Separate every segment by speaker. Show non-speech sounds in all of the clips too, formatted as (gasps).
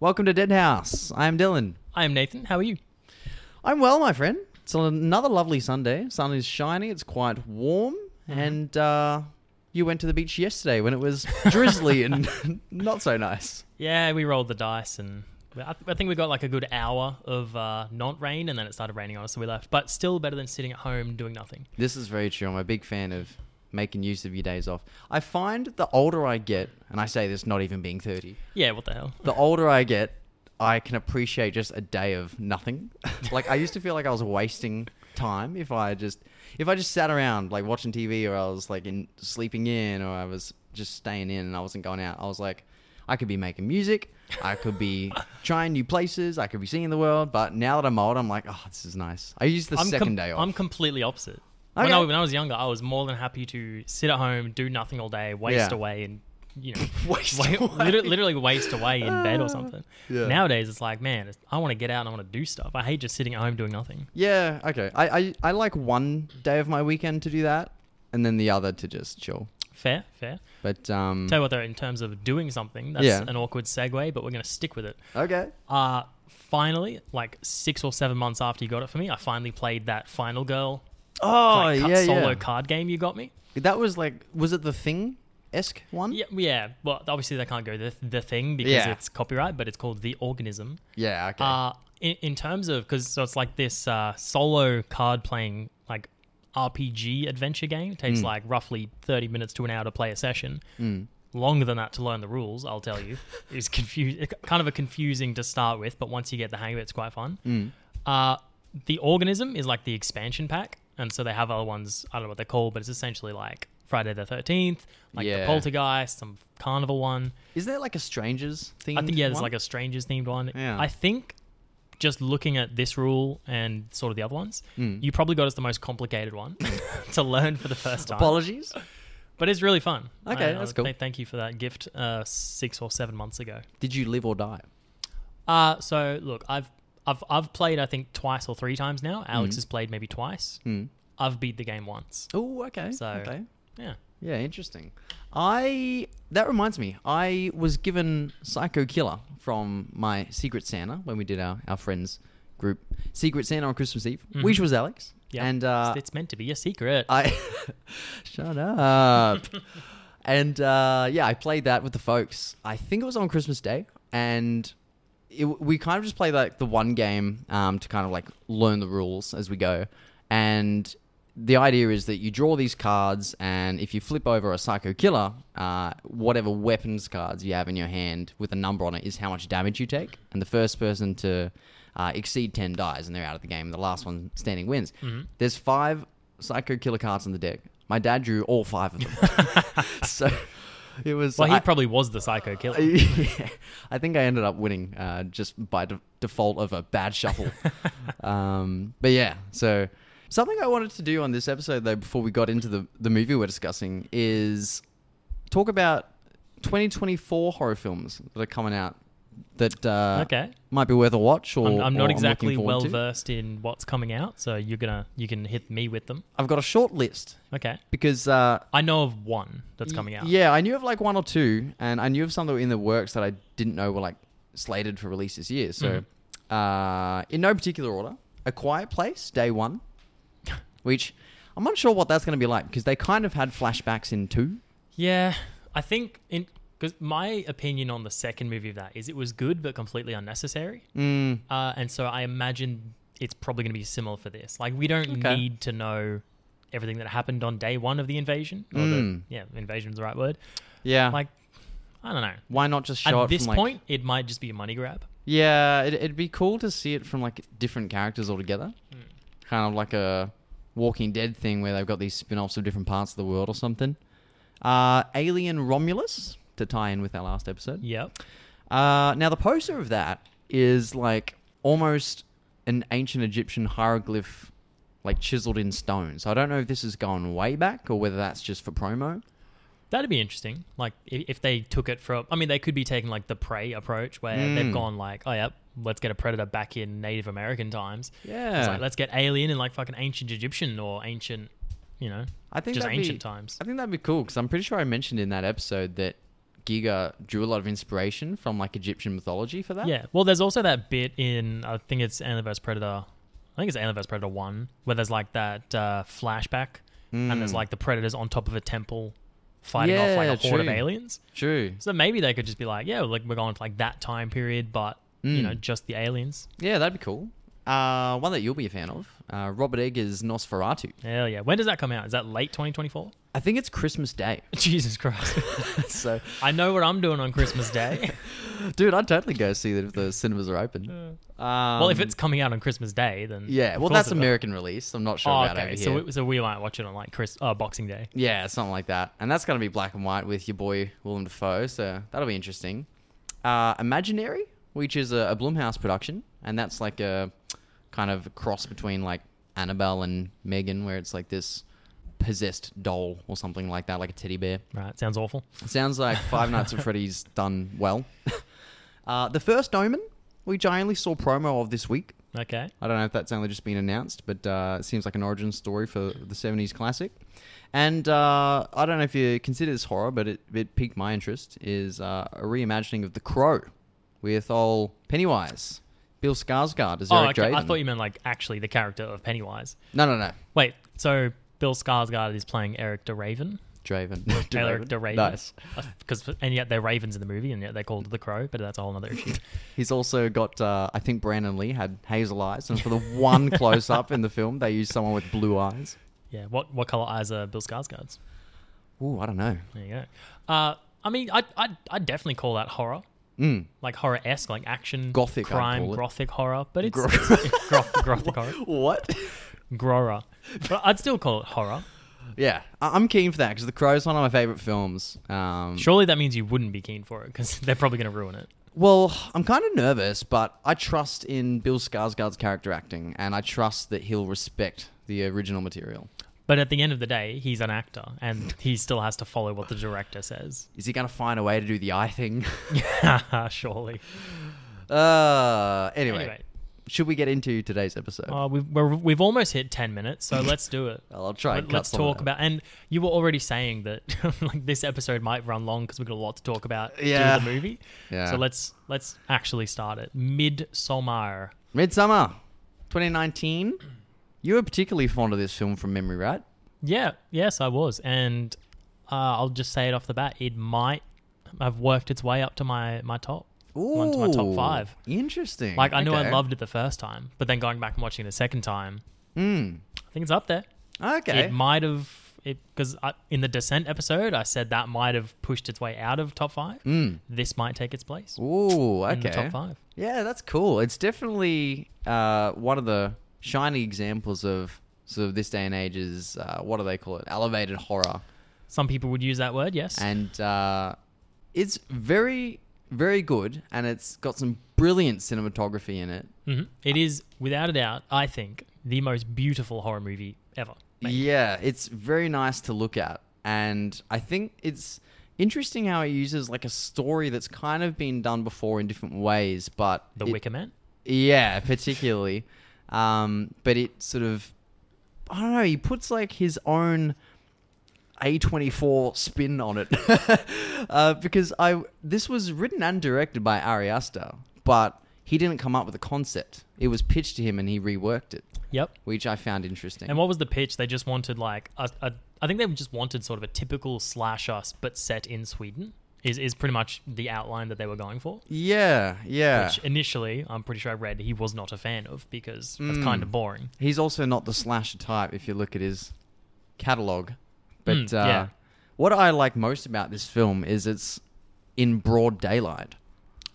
Speaker 1: Welcome to Deadhouse. I'm Dylan.
Speaker 2: I am Nathan. How are you?
Speaker 1: I'm well, my friend. It's another lovely Sunday. Sun is shining. It's quite warm. And uh, you went to the beach yesterday when it was drizzly and (laughs) not so nice.
Speaker 2: Yeah, we rolled the dice and I, I think we got like a good hour of uh, not rain and then it started raining on us, so we left. But still better than sitting at home doing nothing.
Speaker 1: This is very true. I'm a big fan of making use of your days off. I find the older I get, and I say this not even being 30,
Speaker 2: Yeah, what the hell?
Speaker 1: the older I get, I can appreciate just a day of nothing. (laughs) like I used to feel like I was wasting time if I just if I just sat around like watching TV or I was like in sleeping in or I was just staying in and I wasn't going out. I was like I could be making music, I could
Speaker 2: (laughs)
Speaker 1: be trying new places, I could be seeing the world, but now that I'm old, I'm like, oh, this is nice. I use the
Speaker 2: I'm
Speaker 1: second
Speaker 2: com-
Speaker 1: day off.
Speaker 2: I'm completely opposite. When, I,
Speaker 1: Okay.
Speaker 2: when I was younger, I was more than happy to sit at home, do nothing all day, waste
Speaker 1: Yeah.
Speaker 2: away, and you know,
Speaker 1: (laughs) Waste
Speaker 2: wa-
Speaker 1: away.
Speaker 2: liter- literally waste away in bed or something.
Speaker 1: (laughs) Yeah.
Speaker 2: Nowadays, it's like, man, it's, I want to get out and I want to do stuff. I hate just sitting at home doing nothing.
Speaker 1: yeah, okay. I, I I like one day of my weekend to do that, and then the other to just chill.
Speaker 2: Fair, fair.
Speaker 1: But um,
Speaker 2: Tell you what, though, in terms of doing something, that's
Speaker 1: Yeah.
Speaker 2: an awkward segue, but we're going to stick with it.
Speaker 1: okay.
Speaker 2: uh finally like six or seven months after you got it for me i finally played that final girl
Speaker 1: Oh
Speaker 2: like, ca- solo card game you got me
Speaker 1: That was like, was it the thing esque one?
Speaker 2: yeah yeah well obviously they can't go the, the thing because
Speaker 1: Hmm? Yeah.
Speaker 2: it's copyright but it's called the organism
Speaker 1: Yeah. Okay.
Speaker 2: uh in, in terms of because so it's like this uh solo card playing like rpg adventure game it
Speaker 1: Hmm.
Speaker 2: takes like roughly 30 minutes to an hour to play a session
Speaker 1: Mm,
Speaker 2: longer than that to learn the rules i'll
Speaker 1: (laughs)
Speaker 2: tell you it's confusing kind of a confusing to start with but once you get the hang of it it's quite
Speaker 1: Hmm.
Speaker 2: fun
Speaker 1: mm.
Speaker 2: Uh, the organism is like the expansion pack, and so they have other ones. I don't know what they're called, but it's essentially like Friday the Thirteenth, like
Speaker 1: Yeah.
Speaker 2: the Poltergeist, some carnival one.
Speaker 1: Is there like a strangers thing?
Speaker 2: I think yeah, there's like a (laughs) strangers themed one.
Speaker 1: Yeah.
Speaker 2: I think just looking at this rule and sort of the other ones,
Speaker 1: Hmm.
Speaker 2: you probably got us the most complicated one (laughs) to learn for the first time.
Speaker 1: apologies.
Speaker 2: but it's really fun.
Speaker 1: Okay, that's cool.
Speaker 2: th- thank you for that gift uh, six or seven months ago.
Speaker 1: Did you live or die?
Speaker 2: Uh, so look, I've I've I've played I think twice or three times now. Alex
Speaker 1: Hmm.
Speaker 2: has played maybe twice. I've beat the game once.
Speaker 1: Oh, Mm. okay.
Speaker 2: So-
Speaker 1: okay.
Speaker 2: Yeah.
Speaker 1: Yeah, interesting. I that reminds me, I was given Psycho Killer from my Secret Santa when we did our, our friends group Secret Santa on Christmas Eve,
Speaker 2: Mm-hmm.
Speaker 1: which was Alex.
Speaker 2: Yeah.
Speaker 1: And uh,
Speaker 2: it's, it's meant to be a secret.
Speaker 1: I (laughs) shut up. and uh, yeah, I played that with the folks. I think it was on Christmas Day, and it, we kind of just played like the one game um, to kind of like learn the rules as we go. And the idea is that you draw these cards, and if you flip over a psycho killer, uh, whatever weapons cards you have in your hand with a number on it is how much damage you take, and the first person to uh, exceed 10 dies and they're out of the game and the last one standing wins
Speaker 2: Mm-hmm.
Speaker 1: there's five psycho killer cards on the deck my dad drew all five of them
Speaker 2: (laughs)
Speaker 1: (laughs) so it was
Speaker 2: well, he
Speaker 1: I-
Speaker 2: probably was the psycho (laughs) killer.
Speaker 1: yeah, I think I ended up winning uh, just by de- default of a bad
Speaker 2: (laughs)
Speaker 1: shuffle. um, but yeah, so something I wanted to do on this episode, though, before we got into the, the movie we're discussing, is talk about 2024 horror films that are coming out that uh,
Speaker 2: (laughs) okay.
Speaker 1: might be worth a watch. Or
Speaker 2: I'm, I'm
Speaker 1: or
Speaker 2: not
Speaker 1: looking
Speaker 2: exactly
Speaker 1: forward
Speaker 2: well
Speaker 1: to.
Speaker 2: versed in what's coming out, so you're gonna you can hit me with them.
Speaker 1: I've got a short list
Speaker 2: Okay.
Speaker 1: because uh,
Speaker 2: I know of one that's coming out.
Speaker 1: Yeah, I knew of like one or two, and I knew of some that were in the works that I didn't know were like slated for release this year. So,
Speaker 2: Mm-hmm.
Speaker 1: uh, in no particular order, A Quiet Place, day
Speaker 2: (laughs)
Speaker 1: one, which I'm unsure what that's going to be like because they kind of had flashbacks in two.
Speaker 2: Yeah. I think in because my opinion on the second movie of that is it was good but completely unnecessary.
Speaker 1: Mm,
Speaker 2: Uh, and so I imagine it's probably going to be similar for this. Like, we don't
Speaker 1: Okay.
Speaker 2: need to know everything that happened on day one of the invasion. Or
Speaker 1: Mm.
Speaker 2: the, yeah, invasion is the right word.
Speaker 1: yeah. Like,
Speaker 2: Like, I don't know.
Speaker 1: why not just show
Speaker 2: At
Speaker 1: it
Speaker 2: this
Speaker 1: from, like-
Speaker 2: point, it might just be a money grab.
Speaker 1: Yeah, it, it'd be cool to see it from like different characters altogether, kind of like a Walking Dead thing where they've got these spin-offs of different parts of the world or something. Uh, Alien Romulus to tie in with our last episode.
Speaker 2: Yep.
Speaker 1: Uh, now the poster of that is like almost an ancient Egyptian hieroglyph, like chiseled in stone. So I don't know if this has gone way back or whether that's just for promo.
Speaker 2: That'd be interesting. Like, i- if they took it from, I mean, they could be taking like the prey approach where
Speaker 1: Mm.
Speaker 2: they've gone like, oh, yep, let's get a predator back in Native American times.
Speaker 1: Yeah,
Speaker 2: It's like, let's get alien in like fucking ancient Egyptian or ancient, you know,
Speaker 1: I think
Speaker 2: just
Speaker 1: that'd be-
Speaker 2: ancient times.
Speaker 1: I think that'd be cool because I'm pretty sure I mentioned in that episode that Giga drew a lot of inspiration from like Egyptian mythology for that.
Speaker 2: Yeah. Well, there's also that bit in I think it's Alien vs Predator. I think it's Alien vs Predator One where there's like that uh, flashback, and there's like the predators on top of a temple, fighting off like
Speaker 1: Hmm. Yeah,
Speaker 2: a horde of
Speaker 1: true.
Speaker 2: aliens.
Speaker 1: True.
Speaker 2: So maybe they could just be like, yeah, like we're going to like that time period, but you
Speaker 1: Mm.
Speaker 2: know, just the aliens.
Speaker 1: Yeah, that'd be cool. Uh, one that you'll be a fan of, uh, Robert Eggers' Nosferatu.
Speaker 2: Hell yeah. When does that come out? Is that late
Speaker 1: (laughs)
Speaker 2: 2024?
Speaker 1: I think it's Christmas Day. (laughs)
Speaker 2: Jesus Christ.
Speaker 1: so,
Speaker 2: (laughs) I know what I'm doing on Christmas
Speaker 1: (laughs)
Speaker 2: Day.
Speaker 1: dude, I'd totally go see that if the cinemas are open. Um,
Speaker 2: well, if it's coming out on Christmas Day, then
Speaker 1: yeah,
Speaker 2: of
Speaker 1: well,
Speaker 2: course
Speaker 1: that's
Speaker 2: it will.
Speaker 1: American release. I'm not sure
Speaker 2: Oh,
Speaker 1: about
Speaker 2: okay.
Speaker 1: over
Speaker 2: So
Speaker 1: here.
Speaker 2: we, so we might watch it on like Chris uh, Boxing Day.
Speaker 1: yeah, something like that. And that's gonna be black and white with your boy Willem Dafoe. So that'll be interesting. Uh, Imaginary, which is a, a Blumhouse production, and that's like a kind of cross between like Annabelle and Megan, where it's like this possessed doll or something like that, like a teddy bear.
Speaker 2: Right. Sounds awful.
Speaker 1: Sounds like Five Nights
Speaker 2: (laughs)
Speaker 1: at Freddy's done well. (laughs) Uh, the first Omen, which I only saw promo of this week.
Speaker 2: Okay.
Speaker 1: I don't know if that's only just been announced, but uh, it seems like an origin story for the 70s classic. And uh, I don't know if you consider this horror, but it, it piqued my interest, is uh, a reimagining of The Crow with old Pennywise, Bill Skarsgård as
Speaker 2: Oh,
Speaker 1: Eric
Speaker 2: okay. I
Speaker 1: Draven.
Speaker 2: thought you meant like actually the character of Pennywise.
Speaker 1: No, no, no.
Speaker 2: Wait. So Bill Skarsgård is playing Eric the Raven. (laughs)
Speaker 1: Draven.
Speaker 2: Eric the Raven.
Speaker 1: Nice.
Speaker 2: Because and yet they're ravens in the movie, and yet they're called the Crow. But that's a whole other
Speaker 1: (laughs)
Speaker 2: issue.
Speaker 1: He's also got, uh, I think Brandon Lee had hazel eyes, and for the
Speaker 2: (laughs)
Speaker 1: one close up in the film, they used someone with blue eyes.
Speaker 2: yeah. What what color eyes are Bill Skarsgård's?
Speaker 1: Ooh, I don't know.
Speaker 2: There you go. Uh, I mean, I I I definitely call that horror.
Speaker 1: Mm.
Speaker 2: like horror esque, like action,
Speaker 1: Gothic, I'd
Speaker 2: crime,
Speaker 1: call it.
Speaker 2: gothic horror, but it's,
Speaker 1: Gro-
Speaker 2: it's, it's groth,
Speaker 1: (laughs)
Speaker 2: gothic horror,
Speaker 1: What?
Speaker 2: grora. But I'd still call
Speaker 1: (laughs)
Speaker 2: it horror.
Speaker 1: yeah, I- I'm keen for that because The Crow's one of my favorite films. Um,
Speaker 2: Surely that means you wouldn't be keen for it because (laughs) they're probably going to ruin it.
Speaker 1: Well, I'm kind of nervous, but I trust in Bill Skarsgård's character acting, and I trust that he'll respect the original material.
Speaker 2: But at the end of the day, he's an actor and he still has to follow what the director says. (laughs)
Speaker 1: Is he going to find a way to do the eye thing? (laughs)
Speaker 2: Surely.
Speaker 1: uh, anyway,
Speaker 2: Anyway,
Speaker 1: should we get into today's episode?
Speaker 2: uh, we've, we're, we've almost hit 10 minutes, so let's
Speaker 1: (laughs)
Speaker 2: do it.
Speaker 1: Well, I'll try. And
Speaker 2: Let, us
Speaker 1: cut some of
Speaker 2: talk
Speaker 1: that.
Speaker 2: about. And you were already saying that (laughs) like this episode might run long because we've got a lot to talk about due to
Speaker 1: Yeah.
Speaker 2: the movie.
Speaker 1: Yeah.
Speaker 2: So let's let's actually start it. Midsummer.
Speaker 1: Midsummer, 2019. You were particularly fond of this film from memory, right?
Speaker 2: Yeah, yes, I was, and uh, I'll just say it off the bat. It might have worked its way up to my my top. Went to my top
Speaker 1: Ooh,
Speaker 2: five.
Speaker 1: Interesting.
Speaker 2: Like I knew I
Speaker 1: Okay.
Speaker 2: loved it the first time, but then going back and watching it a second time,
Speaker 1: Mm.
Speaker 2: I think it's up there.
Speaker 1: Okay.
Speaker 2: It might have it because in the Descent episode, I said that might have pushed its way out of top five.
Speaker 1: Mm.
Speaker 2: This might take its place
Speaker 1: Ooh, okay.
Speaker 2: in the top five.
Speaker 1: Yeah, that's cool. It's definitely uh, one of the shiny examples of sort of this day and age is uh, what do they call it? Elevated horror,
Speaker 2: Some people would use that word, yes.
Speaker 1: and uh, it's very, very good, and it's got some brilliant cinematography in it.
Speaker 2: Mhm. It is without a doubt, I think, the most beautiful horror movie ever. made.
Speaker 1: Yeah, it's very nice to look at, and I think it's interesting how it uses like a story that's kind of been done before in different ways, but
Speaker 2: The
Speaker 1: it-
Speaker 2: Wicker Man.
Speaker 1: Yeah, particularly. Um, but it sort of, I don't know. He puts like his own A twenty four spin on it, (laughs) uh, because I this was written and directed by Ari Aster, but he didn't come up with the concept. It was pitched to him and he reworked it,
Speaker 2: Yep.
Speaker 1: which I found interesting.
Speaker 2: And what was the pitch? They just wanted like a, a, I think they just wanted sort of a typical slash us, but set in Sweden. Is is pretty much the outline that they were going for.
Speaker 1: yeah, yeah.
Speaker 2: Which initially, I'm pretty sure I read he was not a fan of because
Speaker 1: Hmm.
Speaker 2: that's kind of boring.
Speaker 1: He's also not the slasher type if you look at his catalog. But
Speaker 2: Mm,
Speaker 1: uh,
Speaker 2: yeah.
Speaker 1: what I like most about this film is it's in broad daylight.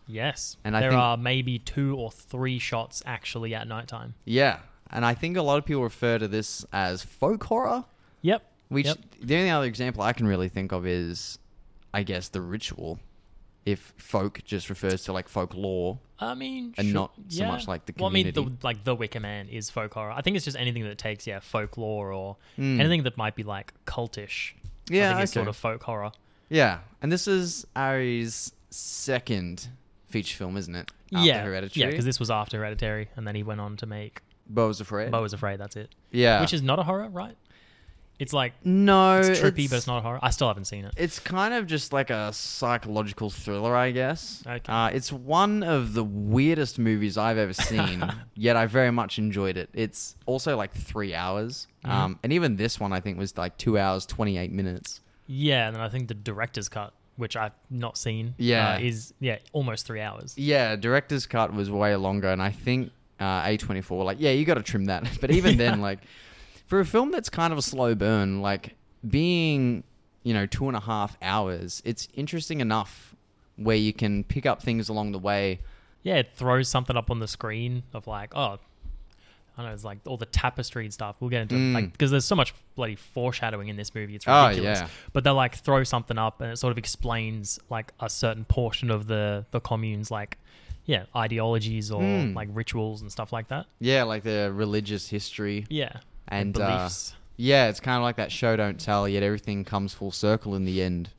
Speaker 2: Yes,
Speaker 1: And I
Speaker 2: there
Speaker 1: think-
Speaker 2: are maybe two or three shots actually at nighttime.
Speaker 1: Yeah, and I think a lot of people refer to this as folk horror.
Speaker 2: Yep.
Speaker 1: Which
Speaker 2: Yep.
Speaker 1: the only other example I can really think of is, I guess, the ritual. If folk just refers to like folklore,
Speaker 2: I mean,
Speaker 1: and
Speaker 2: sure-
Speaker 1: not so much like the
Speaker 2: Well, I mean,
Speaker 1: community.
Speaker 2: the, like the Wicker Man is folk horror. I think it's just anything that takes yeah folklore or anything that might be like cultish. I
Speaker 1: Hmm. Yeah,
Speaker 2: think it's sort
Speaker 1: okay.
Speaker 2: of folk horror.
Speaker 1: yeah. And this is Ari's second feature film, isn't it? After
Speaker 2: yeah,
Speaker 1: Hereditary.
Speaker 2: yeah, because this was after Hereditary, and then he went on to make
Speaker 1: Bo was afraid.
Speaker 2: Bo is Afraid. That's it,
Speaker 1: yeah,
Speaker 2: which is not a horror, right? It's like
Speaker 1: Ah. No,
Speaker 2: it's trippy, but it's not horror. I still haven't seen it.
Speaker 1: It's kind of just like a psychological thriller, I guess.
Speaker 2: Okay.
Speaker 1: Uh, it's one of the weirdest movies I've ever seen, yet I very much enjoyed it. It's also like three hours, um, and even this one I think was like two hours twenty eight minutes.
Speaker 2: Yeah, and then I think the director's cut, which I've not seen,
Speaker 1: Yeah.
Speaker 2: uh, is yeah almost three hours.
Speaker 1: Yeah, director's cut was way longer, and I think uh, A twenty four like yeah, you got to trim that. (laughs) But even then, like for a film that's kind of a slow burn, like being you know two and a half hours, it's interesting enough where you can pick up things along the way.
Speaker 2: Yeah, it throws something up on the screen of like, oh, I don't know, it's like all the tapestry and stuff. We'll get into
Speaker 1: Mm.
Speaker 2: like because there's so much bloody foreshadowing in this movie. It's
Speaker 1: Oh,
Speaker 2: ridiculous.
Speaker 1: yeah.
Speaker 2: But they'll like throw something up and it sort of explains like a certain portion of the the commune's like yeah ideologies or
Speaker 1: Mm.
Speaker 2: like rituals and stuff like that.
Speaker 1: Yeah, like the religious history.
Speaker 2: Yeah,
Speaker 1: And, uh,
Speaker 2: beliefs.
Speaker 1: Yeah, it's kind of like that show don't tell, yet everything comes full circle in the end.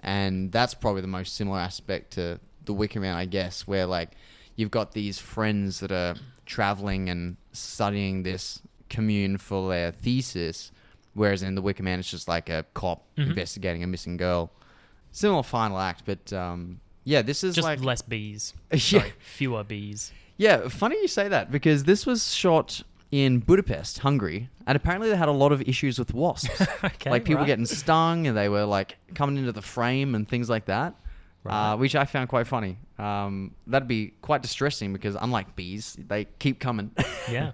Speaker 1: And that's probably the most similar aspect to The Wicker Man, I guess, where like you've got these friends that are traveling and studying this commune for their thesis, whereas in The Wicker Man, it's just like a cop
Speaker 2: Mhm.
Speaker 1: investigating a missing girl. Similar final act, but um, yeah, this is
Speaker 2: just
Speaker 1: like
Speaker 2: less bees.
Speaker 1: (laughs) Yeah.
Speaker 2: Sorry, fewer bees.
Speaker 1: Yeah, funny you say that because this was shot in Budapest, Hungary, and apparently they had a lot of issues with wasps.
Speaker 2: (laughs) okay,
Speaker 1: like people
Speaker 2: right.
Speaker 1: getting stung and they were like coming into the frame and things like that,
Speaker 2: Right.
Speaker 1: uh, which I found quite funny. Um, that'd be quite distressing because unlike bees, they keep
Speaker 2: (laughs)
Speaker 1: coming.
Speaker 2: yeah.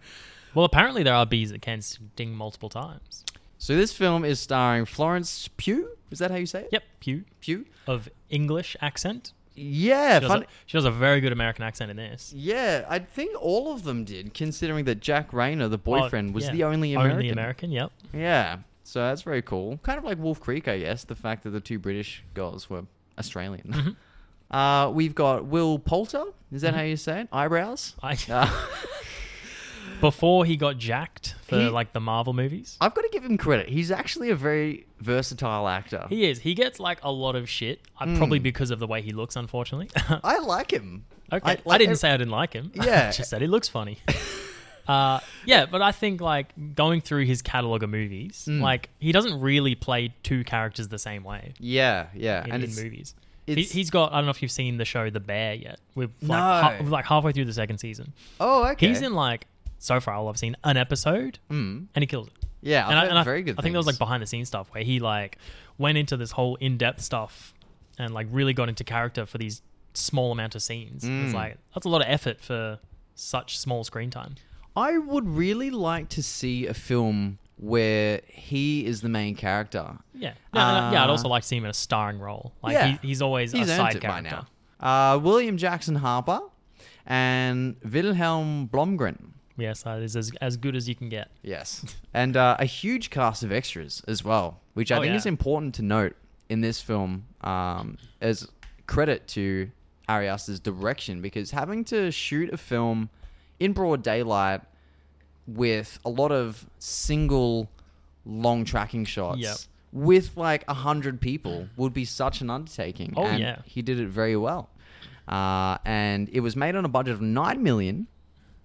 Speaker 2: Well, apparently there are bees that can sting multiple times.
Speaker 1: so this film is starring Florence Pugh. Is that how you say it?
Speaker 2: Yep, Pew
Speaker 1: Pugh.
Speaker 2: of English accent.
Speaker 1: Yeah,
Speaker 2: She does,
Speaker 1: fun-
Speaker 2: a, she does a very good American accent in this.
Speaker 1: yeah. I think all of them did, considering that Jack Rayner, the boyfriend, was
Speaker 2: Oh, yeah.
Speaker 1: the only American.
Speaker 2: Only
Speaker 1: (laughs)
Speaker 2: American. Yep.
Speaker 1: Yeah. So that's very cool. Kind of like Wolf Creek, I guess, the fact that the two British girls were Australian.
Speaker 2: Mm-hmm.
Speaker 1: Uh, we've got Will Poulter. Is that how you say it? Eyebrows?
Speaker 2: I,
Speaker 1: Uh,
Speaker 2: (laughs) before he got jacked for
Speaker 1: He- Ah.
Speaker 2: like the Marvel movies,
Speaker 1: I've got to give him credit. He's actually a very versatile actor.
Speaker 2: he is. He gets like a lot of shit. Uh, Probably because of the way he looks, unfortunately. (laughs) okay,
Speaker 1: Hmm. I like him.
Speaker 2: I,
Speaker 1: like
Speaker 2: didn't
Speaker 1: ev-
Speaker 2: say I didn't like him. (laughs)
Speaker 1: Yeah.
Speaker 2: I just said he looks funny.
Speaker 1: (laughs)
Speaker 2: uh, yeah, but I think like going through his catalog of movies,
Speaker 1: Mm.
Speaker 2: like he doesn't really play two characters the same way.
Speaker 1: Yeah, yeah.
Speaker 2: in,
Speaker 1: and
Speaker 2: in
Speaker 1: it's,
Speaker 2: movies.
Speaker 1: it's-
Speaker 2: he, he's got. I don't know if you've seen the show The Bear yet. We're like,
Speaker 1: No.
Speaker 2: ha- we're like halfway through the second season.
Speaker 1: Oh, okay.
Speaker 2: He's in like so far. All I've seen an episode,
Speaker 1: Mm.
Speaker 2: and he kills it.
Speaker 1: Yeah, I've
Speaker 2: and I-
Speaker 1: heard
Speaker 2: and I,
Speaker 1: very good
Speaker 2: I think there was like
Speaker 1: things.
Speaker 2: behind the scenes stuff where he like went into this whole in depth stuff and like really got into character for these small amount of scenes.
Speaker 1: Mm.
Speaker 2: It's like that's a lot of effort for such small screen time.
Speaker 1: I would really like to see a film where he is the main character
Speaker 2: Yeah, no, no, yeah. I'd
Speaker 1: Uh,
Speaker 2: also like to see him in a starring role. Like
Speaker 1: Yeah.
Speaker 2: he, he's always a
Speaker 1: earned
Speaker 2: side
Speaker 1: it
Speaker 2: character.
Speaker 1: by now. Uh, William Jackson Harper and Wilhelm Blomgren.
Speaker 2: Yes, that is as as good as you can get.
Speaker 1: Yes. (laughs) And uh, a huge cast of extras as well, which I
Speaker 2: Oh,
Speaker 1: think
Speaker 2: yeah.
Speaker 1: is important to note in this film um, as credit to Ari Aster's direction because having to shoot a film in broad daylight with a lot of single long tracking shots
Speaker 2: Yep.
Speaker 1: with like a hundred people would be such an undertaking.
Speaker 2: Oh,
Speaker 1: and
Speaker 2: yeah.
Speaker 1: he did it very well. Uh, and it was made on a budget of nine million,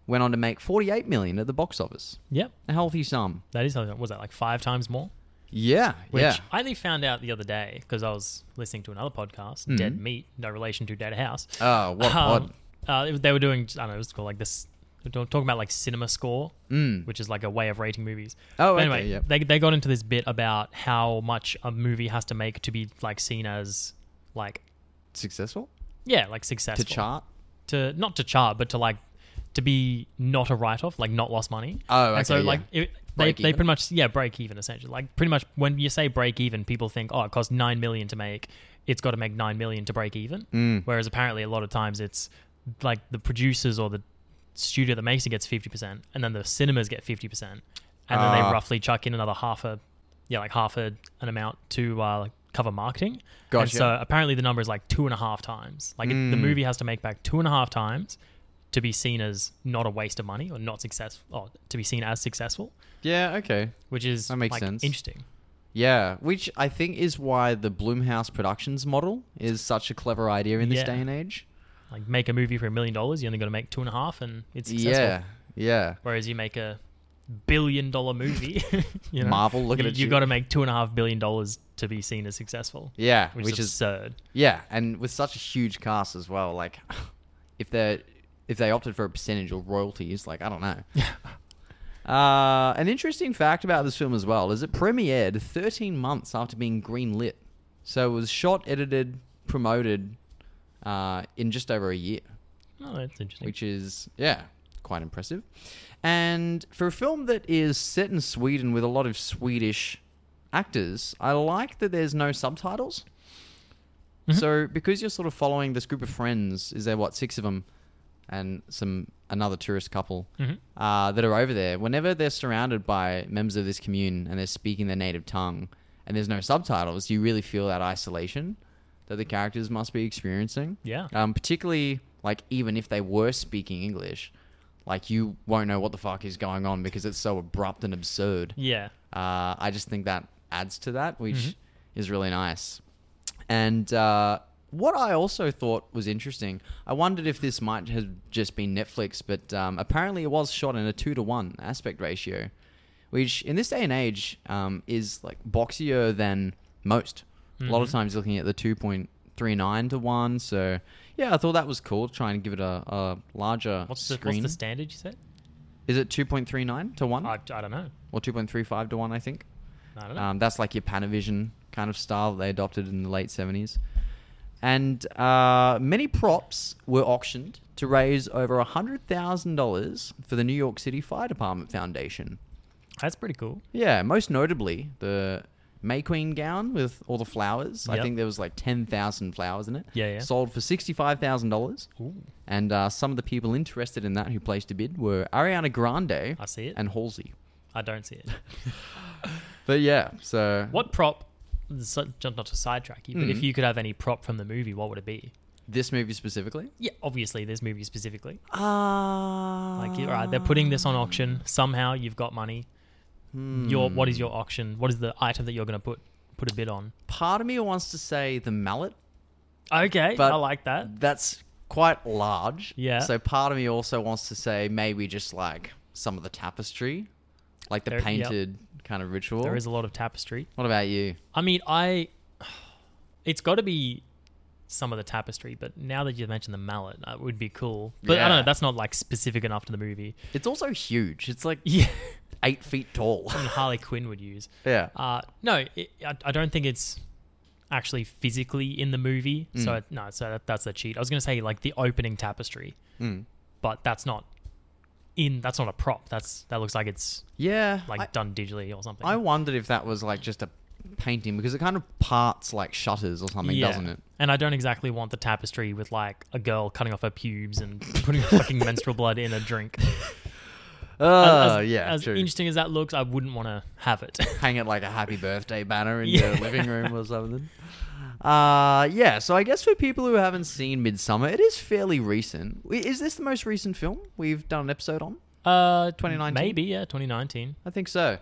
Speaker 1: went on to make forty-eight million at the box office
Speaker 2: Yep.
Speaker 1: a healthy sum.
Speaker 2: That is something. Was that like five times more?
Speaker 1: Yeah,
Speaker 2: Which
Speaker 1: yeah.
Speaker 2: I only found out the other day because I was listening to another podcast, Dead Meat, no relation to Dead House.
Speaker 1: Mm-hmm. Oh, what
Speaker 2: Um,
Speaker 1: pod?
Speaker 2: uh, it was- they were doing, I don't know, it was called like this. they're Talking about like cinema score,
Speaker 1: Mm.
Speaker 2: which is like a way of rating movies.
Speaker 1: Oh,
Speaker 2: But
Speaker 1: okay,
Speaker 2: anyway,
Speaker 1: yep.
Speaker 2: they they got into this bit about how much a movie has to make to be like seen as like
Speaker 1: Successful
Speaker 2: yeah like successful
Speaker 1: to chart.
Speaker 2: to not to chart, but to like to be not a write off, like not lost money.
Speaker 1: Oh,
Speaker 2: And so
Speaker 1: okay,
Speaker 2: like
Speaker 1: yeah.
Speaker 2: it, they,
Speaker 1: Break
Speaker 2: they
Speaker 1: even?
Speaker 2: pretty much yeah break even essentially. Like pretty much when you say break even, people think oh it costs nine million to make, it's got to make nine million to break even.
Speaker 1: Mm.
Speaker 2: Whereas apparently a lot of times it's like the producers or the studio that makes it gets fifty percent, and then the cinemas get fifty percent, and then
Speaker 1: Ah.
Speaker 2: they roughly chuck in another half a yeah like half a an amount to uh, like, cover marketing. And
Speaker 1: Gotcha.
Speaker 2: so apparently the number is like two and a half times. Like it, the
Speaker 1: Mm.
Speaker 2: movie has to make back two and a half times to be seen as not a waste of money or not successful, or to be seen as successful,
Speaker 1: Yeah, okay.
Speaker 2: which is
Speaker 1: That makes
Speaker 2: like,
Speaker 1: sense.
Speaker 2: interesting.
Speaker 1: Yeah, which I think is why the Bloomhouse Productions model is such a clever idea in this
Speaker 2: Yeah.
Speaker 1: day and age.
Speaker 2: Like make a movie for a million dollars, you only got to make two and a half, and it's successful.
Speaker 1: Yeah, yeah.
Speaker 2: Whereas you make a billion dollar
Speaker 1: (laughs)
Speaker 2: movie. (laughs) you know,
Speaker 1: Marvel looking
Speaker 2: you,
Speaker 1: at you.
Speaker 2: got to make two and a half billion dollars to be seen as successful.
Speaker 1: Yeah,
Speaker 2: which,
Speaker 1: which
Speaker 2: is
Speaker 1: is- (laughs)
Speaker 2: absurd.
Speaker 1: Yeah, and with such a huge cast as well, like (sighs) if they if they opted for a percentage or royalties, like I don't know. uh, an interesting fact about this film as well is it premiered 13 months after being greenlit, so it was shot, edited, promoted uh, in just over a year,
Speaker 2: Oh, that's interesting.
Speaker 1: which is yeah quite impressive. And for a film that is set in Sweden with a lot of Swedish actors, I like that there's no subtitles.
Speaker 2: Mhm.
Speaker 1: So because you're sort of following this group of friends, is there what six of them, and some another tourist couple
Speaker 2: Mhm.
Speaker 1: uh, that are over there. Whenever they're surrounded by members of this commune and they're speaking their native tongue, and there's no subtitles, you really feel that isolation that the characters must be experiencing.
Speaker 2: Yeah.
Speaker 1: Um, particularly like even if they were speaking English, like you won't know what the fuck is going on because it's so abrupt and absurd.
Speaker 2: yeah.
Speaker 1: Uh, I just think that adds to that, which
Speaker 2: Mhm.
Speaker 1: is really nice. And uh, what I also thought was interesting, I wondered if this might have just been Netflix, but um, apparently it was shot in a two to one aspect ratio, which in this day and age um, is like boxier than most. A lot of
Speaker 2: Mhm.
Speaker 1: times looking at the 2.39 to 1. So, yeah, I thought that was cool to try and give it a, a larger
Speaker 2: What's the,
Speaker 1: screen. Hmm?
Speaker 2: what's the standard you said?
Speaker 1: is it 2.39 to 1?
Speaker 2: I, I don't know.
Speaker 1: or 2.35 to 1, I think.
Speaker 2: I don't know.
Speaker 1: Um, that's like your Panavision kind of style that they adopted in the late 70s. And uh, many props were auctioned to raise over $100,000 for the New York City Fire Department Foundation.
Speaker 2: That's pretty cool.
Speaker 1: Yeah, most notably the May Queen gown with all the flowers. I
Speaker 2: Yep.
Speaker 1: think there was like 10,000 flowers in it.
Speaker 2: Yeah, yeah.
Speaker 1: Sold for $65,000.
Speaker 2: Ooh,
Speaker 1: And uh, some of the people interested in that who placed a bid were Ariana Grande
Speaker 2: I see it.
Speaker 1: and Halsey.
Speaker 2: I
Speaker 1: (laughs)
Speaker 2: don't see it.
Speaker 1: But yeah, so
Speaker 2: What prop? So, not not to sidetrack you, but if
Speaker 1: Mhm.
Speaker 2: you could have any prop from the movie, what would it be?
Speaker 1: this movie specifically?
Speaker 2: Yeah, obviously this movie specifically.
Speaker 1: Ah,
Speaker 2: Like, all right, they're putting this on auction. Somehow you've got money.
Speaker 1: Hmm.
Speaker 2: Your what is your auction? What is the item that you're going to put put a bid on?
Speaker 1: Part of me wants to say the mallet.
Speaker 2: Okay,
Speaker 1: But-
Speaker 2: I like that.
Speaker 1: That's quite large.
Speaker 2: Yeah.
Speaker 1: So part of me also wants to say maybe just like some of the tapestry, like the
Speaker 2: There- yep.
Speaker 1: painted kind of ritual.
Speaker 2: There is a lot of tapestry.
Speaker 1: what about you?
Speaker 2: I mean, I (sighs) it's got to be some of the tapestry, but now that you mentioned the mallet, uh, it would be cool. But I don't
Speaker 1: Yeah.
Speaker 2: know, that's not like specific enough to the (laughs) movie.
Speaker 1: It's also huge. It's like
Speaker 2: Yeah,
Speaker 1: eight feet
Speaker 2: (laughs)
Speaker 1: tall. (laughs)
Speaker 2: and Harley Quinn would use.
Speaker 1: yeah.
Speaker 2: Uh, no, it, I, I don't think it's actually physically in the movie. So it- no, so that, that's a cheat. I was gonna say like the opening tapestry,
Speaker 1: Mm.
Speaker 2: but that's not in. That's not a prop. That's that looks like it's
Speaker 1: Yeah.
Speaker 2: like
Speaker 1: I-
Speaker 2: done digitally or something.
Speaker 1: I wondered if that was like just a painting because it kind of parts like shutters or something, doesn't it?
Speaker 2: And I don't exactly want the tapestry with like a girl cutting off her pubes and putting fucking menstrual blood in
Speaker 1: (laughs)
Speaker 2: a drink.
Speaker 1: Oh,
Speaker 2: as,
Speaker 1: yeah.
Speaker 2: As
Speaker 1: true.
Speaker 2: interesting as that looks, I wouldn't want to have it. (laughs)
Speaker 1: (laughs) hang it like a happy birthday banner in
Speaker 2: Yeah.
Speaker 1: your living room or something. Uh, yeah, so I guess for people who haven't seen Midsummer, it is fairly recent. We- Is this the most recent film we've done an episode on?
Speaker 2: uh,
Speaker 1: 2019?
Speaker 2: maybe yeah, 2019.
Speaker 1: I think so.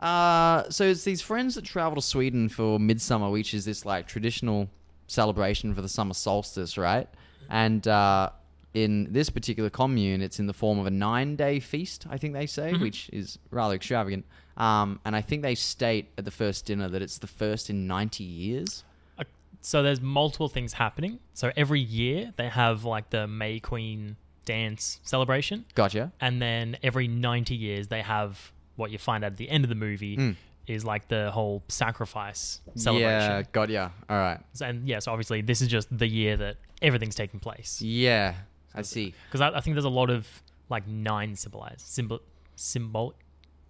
Speaker 1: Uh, so it's these friends that travel to Sweden for Midsummer, which is this like traditional celebration for the summer solstice, right? And uh, in this particular commune, it's in the form of a nine-day feast, I think they say,
Speaker 2: Mm-hmm.
Speaker 1: which is rather extravagant. Um, and I think they state at the first dinner that it's the first in ninety years.
Speaker 2: Uh, So there's multiple things happening. So every year they have like the May Queen dance celebration,
Speaker 1: Gotcha.
Speaker 2: and then every 90 years they have what you find at the end of the movie
Speaker 1: Mm.
Speaker 2: is like the whole sacrifice celebration.
Speaker 1: Yeah, gotcha. All right.
Speaker 2: So- and yes, obviously, this is just the year that everything's taking place.
Speaker 1: Yeah, I see
Speaker 2: Because I, I think there's a lot of like nine symbolized symbol symbol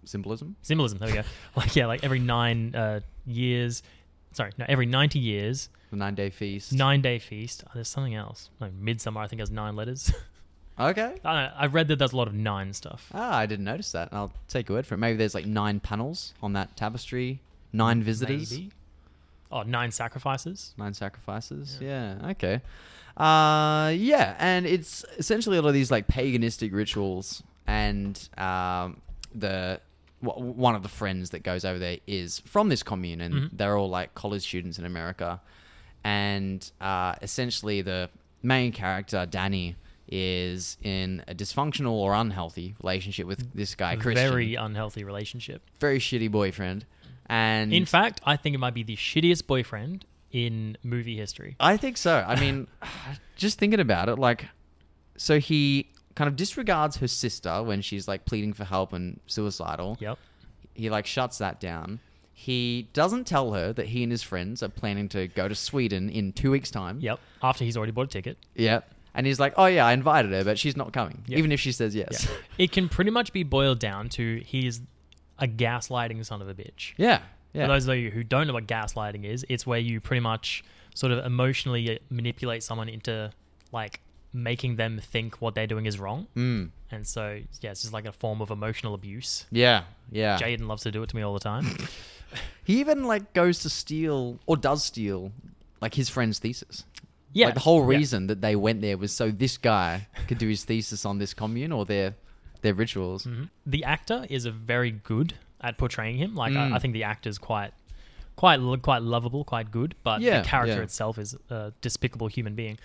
Speaker 1: symbolism.
Speaker 2: symbolism. There we go. (laughs) like yeah, like every nine uh, years. Sorry, no, every ninety years,
Speaker 1: The nine-day feast.
Speaker 2: nine day feast. Oh, there's something else. Like midsummer, I think has nine letters. (laughs)
Speaker 1: Okay.
Speaker 2: I don't know. I read that there's a lot of nine stuff.
Speaker 1: Ah, I didn't notice that. I'll take your word for it. Maybe there's like nine panels on that tapestry, nine visitors,
Speaker 2: Maybe. Oh, nine sacrifices.
Speaker 1: nine sacrifices. Yeah. okay. Uh, yeah, and it's essentially a lot of these like paganistic rituals, and um, the w- one of the friends that goes over there is from this commune, and
Speaker 2: Mhm.
Speaker 1: they're all like college students in America, and uh, essentially the main character Danny is in a dysfunctional or unhealthy relationship with this guy Christian.
Speaker 2: Mm. Very unhealthy relationship.
Speaker 1: very shitty boyfriend. And
Speaker 2: In fact, I think it might be the shittiest boyfriend in movie history.
Speaker 1: I think so. I mean, (sighs) just thinking about it, like, so he kind of disregards her sister when she's like pleading for help and suicidal.
Speaker 2: Yep.
Speaker 1: He like shuts that down. He doesn't tell her that he and his friends are planning to go to Sweden in two weeks' time.
Speaker 2: Yep. After he's already bought a ticket.
Speaker 1: Yeah. And he's like, oh, yeah, I invited her, but she's not coming,
Speaker 2: Yeah.
Speaker 1: even if she says yes.
Speaker 2: It can pretty much be boiled down to he is a gaslighting son of a bitch.
Speaker 1: (laughs) Yeah. Yeah.
Speaker 2: For those of you who don't know what gaslighting is, it's where you pretty much sort of emotionally uh, manipulate someone into like making them think what they're doing is wrong.
Speaker 1: Mm.
Speaker 2: And so, yeah, it's just like a form of emotional abuse.
Speaker 1: Yeah. Yeah.
Speaker 2: Jaden loves to do it to me all the time.
Speaker 1: He even like goes to steal or does steal like his friend's thesis.
Speaker 2: Yeah.
Speaker 1: Like the whole
Speaker 2: Yeah.
Speaker 1: reason that they went there was so this guy could do his thesis on this commune or their their rituals.
Speaker 2: Mhm. The actor is a very good at portraying him. Like
Speaker 1: Mm.
Speaker 2: I, I think the actor's quite, quite, lo- quite lovable, quite good. But
Speaker 1: Yeah,
Speaker 2: the character
Speaker 1: yeah.
Speaker 2: itself is a despicable human being.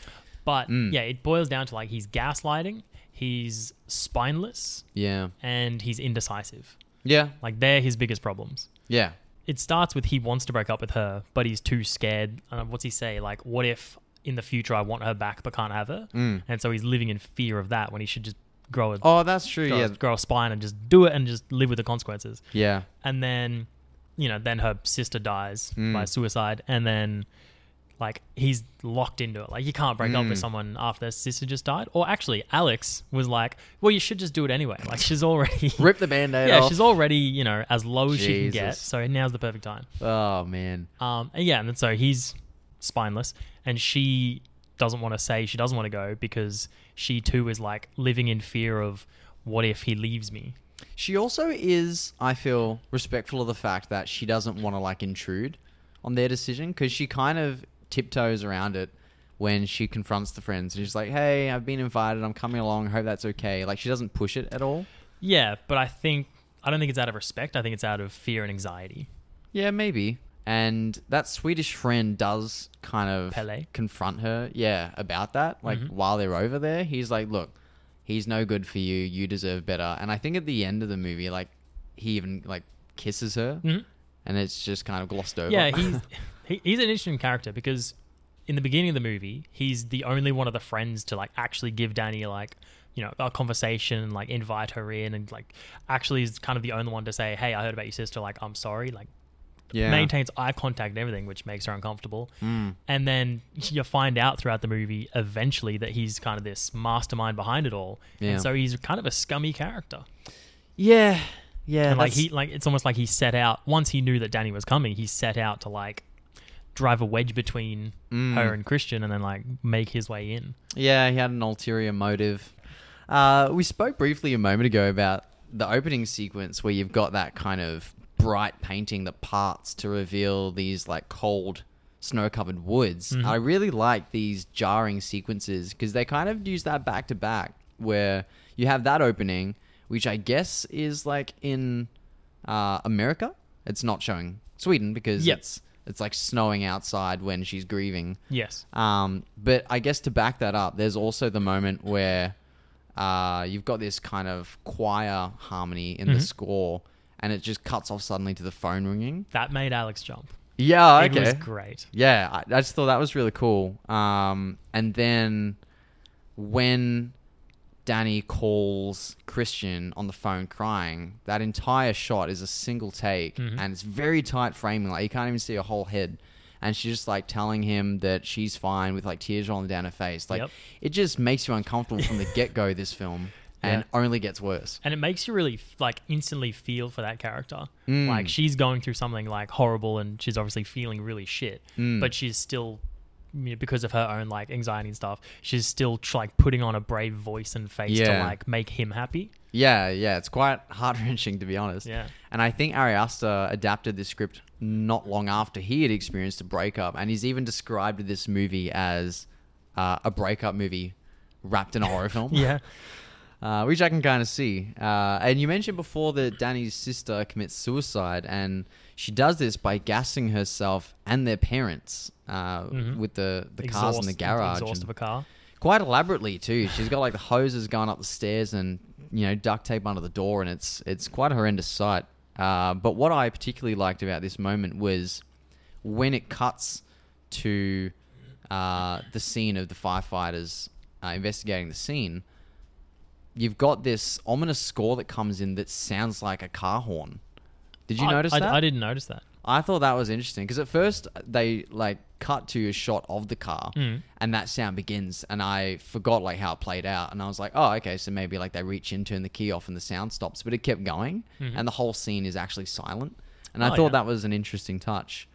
Speaker 2: But
Speaker 1: Mm.
Speaker 2: yeah, it boils down to like he's gaslighting, he's spineless,
Speaker 1: Yeah.
Speaker 2: and he's indecisive.
Speaker 1: Yeah.
Speaker 2: Like they're his biggest problems.
Speaker 1: Yeah.
Speaker 2: It starts with he wants to break up with her, but he's too scared. Uh, what's he say? Like, what if in the future I want her back but can't have her?
Speaker 1: Mm.
Speaker 2: And so he's living in fear of that when he should just grow a
Speaker 1: Oh, that's true.
Speaker 2: grow,
Speaker 1: Yeah.
Speaker 2: grow a spine and just do it and just live with the consequences.
Speaker 1: Yeah.
Speaker 2: And then, you know, then her sister dies
Speaker 1: Mm.
Speaker 2: by suicide, and then like he's locked into it. Like you can't break up
Speaker 1: Mm.
Speaker 2: with someone after their sister just died. Or actually, Alex was like, "Well, you should just do it anyway." Like she's already.
Speaker 1: (laughs) Rip the band-aid
Speaker 2: (laughs) Yeah,
Speaker 1: off.
Speaker 2: she's already, you know, as low as she can get.
Speaker 1: Jesus.
Speaker 2: So now's the perfect time.
Speaker 1: oh man.
Speaker 2: Um, and yeah, and then so he's spineless, and she doesn't want to say she doesn't want to go because she too is like living in fear of what if he leaves me?
Speaker 1: She also is, I feel, respectful of the fact that she doesn't want to like intrude on their decision because she kind of tiptoes around it when she confronts the friends and she's like, "Hey, I've been invited. I'm coming along. Hope that's okay." Like she doesn't push it at all.
Speaker 2: Yeah, but I think I don't think it's out of respect. I think it's out of fear and anxiety.
Speaker 1: Yeah, maybe. And that Swedish friend does kind of
Speaker 2: Pele?
Speaker 1: confront her, yeah, about that. Like while they're over there, he's like, "Look, he's no good for you. You deserve better." And I think at the end of the movie, like he even like kisses her,
Speaker 2: Mhm.
Speaker 1: and it's just kind of glossed over.
Speaker 2: Yeah, he's he, he's an interesting character because in the beginning of the movie, he's the only one of the friends to like actually give Danny like you know a conversation and like invite her in and like actually is kind of the only one to say, hey, I heard about your sister. Like I'm sorry. Like
Speaker 1: (laughs) yeah. Hmm.
Speaker 2: maintains eye contact and everything, which makes her uncomfortable. And then (laughs) you find out throughout the movie eventually that he's kind of this mastermind behind it all.
Speaker 1: Yeah.
Speaker 2: And so he's kind of a scummy character.
Speaker 1: Yeah, yeah.
Speaker 2: and like
Speaker 1: that's-
Speaker 2: he like it's almost like he set out once he knew that Danny was coming, he set out to like drive a wedge between
Speaker 1: Mm.
Speaker 2: her and Christian and then like make his way in.
Speaker 1: Yeah, he had an ulterior motive. Uh, we spoke briefly a moment ago about the opening sequence where you've got that kind of bright painting that parts to reveal these like cold snow covered woods. I really like these jarring sequences because they kind of use that back to back where you have that opening, which I guess is like in uh, America. It's not showing Sweden because
Speaker 2: Yep.
Speaker 1: it's it's like snowing outside when she's grieving.
Speaker 2: Yes.
Speaker 1: Um, but I guess to back that up, there's also the moment where uh, you've got this kind of choir harmony in the score, and it just cuts off suddenly to the phone ringing.
Speaker 2: That made Alex jump.
Speaker 1: Yeah,
Speaker 2: It was
Speaker 1: Ah, okay.
Speaker 2: great.
Speaker 1: Yeah, I, I just thought that was really cool. Um, and then when Danny calls Christian on the phone crying, that entire shot is a single take and it's very tight framing. Like you can't even see her whole head. And she's just like telling him that she's fine with like tears rolling down her face. Like
Speaker 2: Yep.
Speaker 1: it just makes you uncomfortable from the get go, this film, and only gets worse.
Speaker 2: and it makes you really like instantly feel for that character
Speaker 1: Mm.
Speaker 2: like she's going through something like horrible and she's obviously feeling really shit
Speaker 1: Mm.
Speaker 2: but she's still you know, because of her own like anxiety and stuff she's still tr- like putting on a brave voice and face
Speaker 1: Yeah.
Speaker 2: to like make
Speaker 1: (laughs)
Speaker 2: him happy
Speaker 1: Yeah, yeah, it's quite (laughs) heart wrenching to be honest.
Speaker 2: Yeah.
Speaker 1: and I think Ari Aster adapted this script not long after he had experienced a breakup, and he's even described this movie as uh, a breakup movie wrapped in a
Speaker 2: (laughs)
Speaker 1: horror film.
Speaker 2: yeah
Speaker 1: uh, which I can kind of see. Uh, and you mentioned before that Danny's sister commits suicide, and she does this by gassing herself and their parents uh, with the the cars in the
Speaker 2: Mm-hmm. Exhaust-
Speaker 1: garage.
Speaker 2: exhaust
Speaker 1: and-
Speaker 2: of a car
Speaker 1: quite elaborately too. She's got like the hoses going up the stairs and you know duct tape under the door, and it's it's quite a horrendous sight. Uh, but what I particularly liked about this moment was when it cuts to uh, the scene of the firefighters uh, investigating the scene. You've got this ominous score that comes in that sounds like a car horn. Did you
Speaker 2: I-
Speaker 1: notice
Speaker 2: I,
Speaker 1: that?
Speaker 2: I didn't notice that.
Speaker 1: I thought that was interesting because at first they like cut to a shot of the car
Speaker 2: Mm.
Speaker 1: and that sound begins and I forgot like how it played out and I was like, oh, okay, so maybe like they reach in, turn the key off and the sound stops, but it kept going and the whole scene is actually silent. And I
Speaker 2: Mm-hmm. Oh,
Speaker 1: thought
Speaker 2: yeah.
Speaker 1: that was an interesting touch.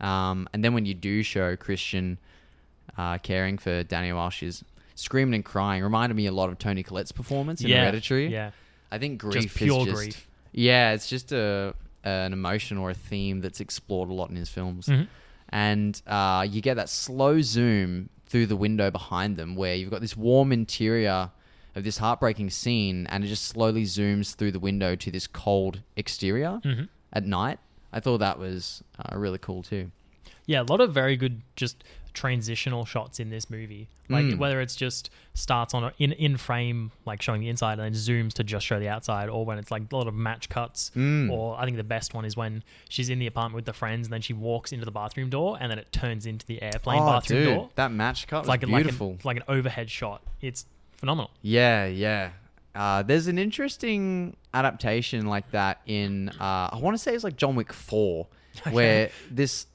Speaker 1: Um, and then when you do show Christian uh, caring for Danny while she's screaming and crying, reminded me a lot of Tony Collette's performance in
Speaker 2: yeah,
Speaker 1: Hereditary.
Speaker 2: Yeah,
Speaker 1: I think grief
Speaker 2: Just pure
Speaker 1: is just,
Speaker 2: grief.
Speaker 1: Yeah, it's just a an emotion or a theme that's explored a lot in his films,
Speaker 2: Mhm.
Speaker 1: and uh, you get that slow zoom through the window behind them, where you've got this warm interior of this heartbreaking scene, and it just slowly zooms through the window to this cold exterior
Speaker 2: Mhm.
Speaker 1: at night. I thought that was uh, really cool too.
Speaker 2: yeah. A lot of very good just transitional shots in this movie. Like
Speaker 1: Mm.
Speaker 2: whether it's just starts on a, in in frame, like showing the inside, and then zooms to just show the outside, or when it's like a lot of match cuts.
Speaker 1: Mm.
Speaker 2: Or I think the best one is when she's in the apartment with the friends, and then she walks into the bathroom door, and then it turns into the airplane
Speaker 1: oh,
Speaker 2: bathroom
Speaker 1: dude,
Speaker 2: door.
Speaker 1: that match cut was
Speaker 2: like
Speaker 1: beautiful.
Speaker 2: like an, like an overhead shot. It's phenomenal.
Speaker 1: Yeah, yeah. Uh, there's an interesting adaptation like that in uh, I want to say it's like John Wick Four,
Speaker 2: (laughs)
Speaker 1: where this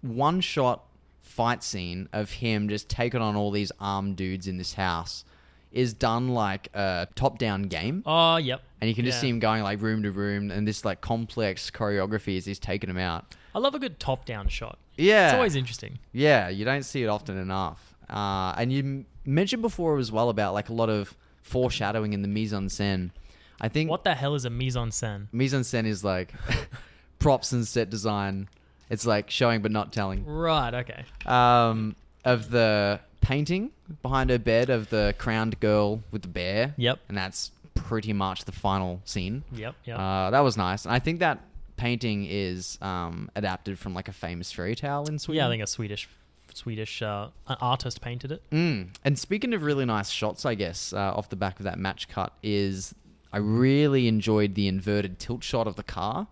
Speaker 1: one shot fight scene of him just taking on all these armed dudes in this house is done like a top down game,
Speaker 2: Oh, yep.
Speaker 1: and you can just
Speaker 2: Yeah.
Speaker 1: see him going like room to room, and this like complex choreography is he's taking him out.
Speaker 2: I love a good top-down shot.
Speaker 1: Yeah,
Speaker 2: It's always interesting.
Speaker 1: yeah, you don't see it often enough. Uh, and you m- mentioned before as well about like a lot of foreshadowing in the mise en scène. I think
Speaker 2: What the hell is a mise en scène?
Speaker 1: mise en scène is like (laughs) props and set design. It's like showing but not telling.
Speaker 2: Right. Okay.
Speaker 1: Um, of the painting behind her bed of the crowned girl with the bear.
Speaker 2: Yep.
Speaker 1: And that's pretty much the final scene.
Speaker 2: Yep. Yep.
Speaker 1: Uh, that was nice. And I think that painting is um, adapted from like a famous fairy tale in Sweden.
Speaker 2: yeah, I think a Swedish Swedish uh, an artist painted it.
Speaker 1: Mm. And speaking of really nice shots, I guess uh, off the back of that match cut is I really enjoyed the inverted tilt shot of the car,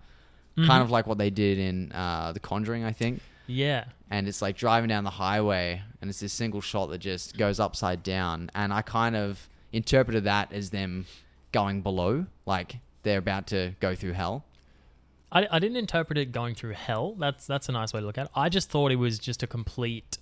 Speaker 2: Mm-hmm.
Speaker 1: kind of like what they did in uh, The Conjuring, I think.
Speaker 2: Yeah.
Speaker 1: And it's like driving down the highway, and it's this single shot that just goes upside down. And I kind of interpreted that as them going below, like they're about to go through hell.
Speaker 2: I, I didn't interpret it going through hell. That's that's a nice way to look at it. I just thought it was just a complete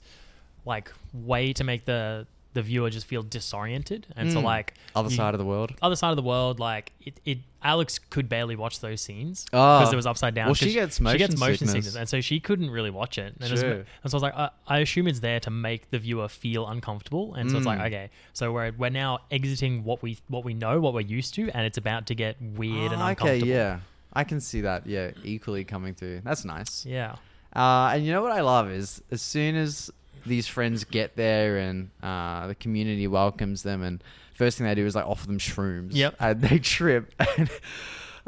Speaker 2: like way to make the the viewer just feel disoriented and so
Speaker 1: Mm.
Speaker 2: like
Speaker 1: Other
Speaker 2: you-
Speaker 1: side of the world.
Speaker 2: other side of the world like it, it Alex could barely watch those scenes
Speaker 1: Oh.
Speaker 2: it was upside down
Speaker 1: Well, she
Speaker 2: 'cause
Speaker 1: gets
Speaker 2: she gets
Speaker 1: motion
Speaker 2: motion
Speaker 1: sickness.
Speaker 2: sickness. and so she couldn't really watch it and, it was-
Speaker 1: Sure.
Speaker 2: and so I was like I, I assume it's there to make the viewer feel uncomfortable and so it's like
Speaker 1: Mm.
Speaker 2: okay so we're we're now exiting what we what we know what we're used to and it's about to get weird and
Speaker 1: Ah,
Speaker 2: uncomfortable
Speaker 1: okay, yeah. I can see that, yeah, equally coming through. That's nice.
Speaker 2: yeah
Speaker 1: Uh, and you know what I love is as soon as these friends get there and uh, the community welcomes them, and first thing they do is like offer them shrooms.
Speaker 2: Yep.
Speaker 1: And they (laughs) trip. And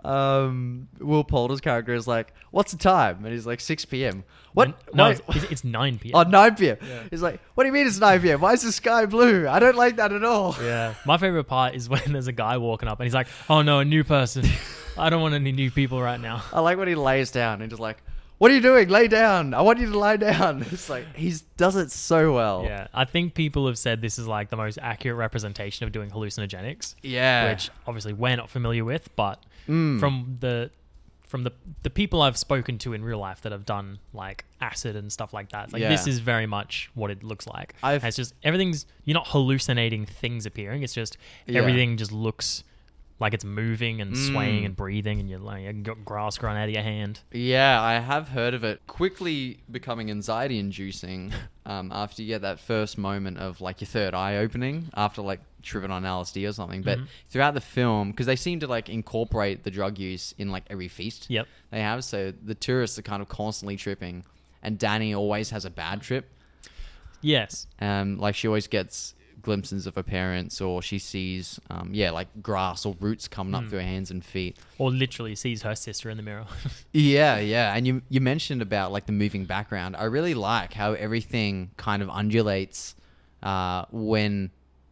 Speaker 1: um, Will Poulter's character is like, "What's the time?" And he's like, "6 p.m." What?
Speaker 2: no
Speaker 1: Why-
Speaker 2: it's, it's-
Speaker 1: (laughs)
Speaker 2: it's 9 p.m
Speaker 1: Oh, 9 p.m. He's like, "What do you mean it's 9 p.m.? Why is the sky blue? I don't like that at all."
Speaker 2: Yeah. My favorite part is (laughs) when there's a guy walking up and he's like, "Oh no, a new person. I don't want any new people
Speaker 1: (laughs)
Speaker 2: right now."
Speaker 1: (laughs) I like when he lays down and just like, "What are you doing? Lay down! I want you to lie down." (laughs) It's like he does it so well.
Speaker 2: Yeah. I think people have said this is like the most accurate representation of doing hallucinogenics,
Speaker 1: Yeah.
Speaker 2: which obviously we're not familiar with, but
Speaker 1: Mm.
Speaker 2: from the from the the people I've spoken to in real life that have done like acid and stuff like that, like this
Speaker 1: Yeah.
Speaker 2: is very much what it looks like.
Speaker 1: I've-
Speaker 2: And it's just everything's you're not hallucinating things appearing. It's just
Speaker 1: Yeah.
Speaker 2: everything just looks like it's moving and swaying
Speaker 1: Mm.
Speaker 2: and breathing, and you're like you got grass growing out of your hand.
Speaker 1: Yeah, I have heard of it. Quickly becoming anxiety inducing um, after you get that first moment of like your third eye opening after like tripping on LSD or something. But throughout the film, because they seem to like incorporate the drug use in like every feast
Speaker 2: Yep.
Speaker 1: they have, so the tourists are kind of constantly tripping, and Danny always has a bad trip.
Speaker 2: Yes.
Speaker 1: Um, like she always gets glimpses of her parents, or she sees, um, yeah, like grass or roots coming up through her hands and feet.
Speaker 2: Or literally sees her sister in the mirror. (laughs)
Speaker 1: Yeah, yeah. And you you mentioned about like the moving background. I really like how everything kind of undulates uh, when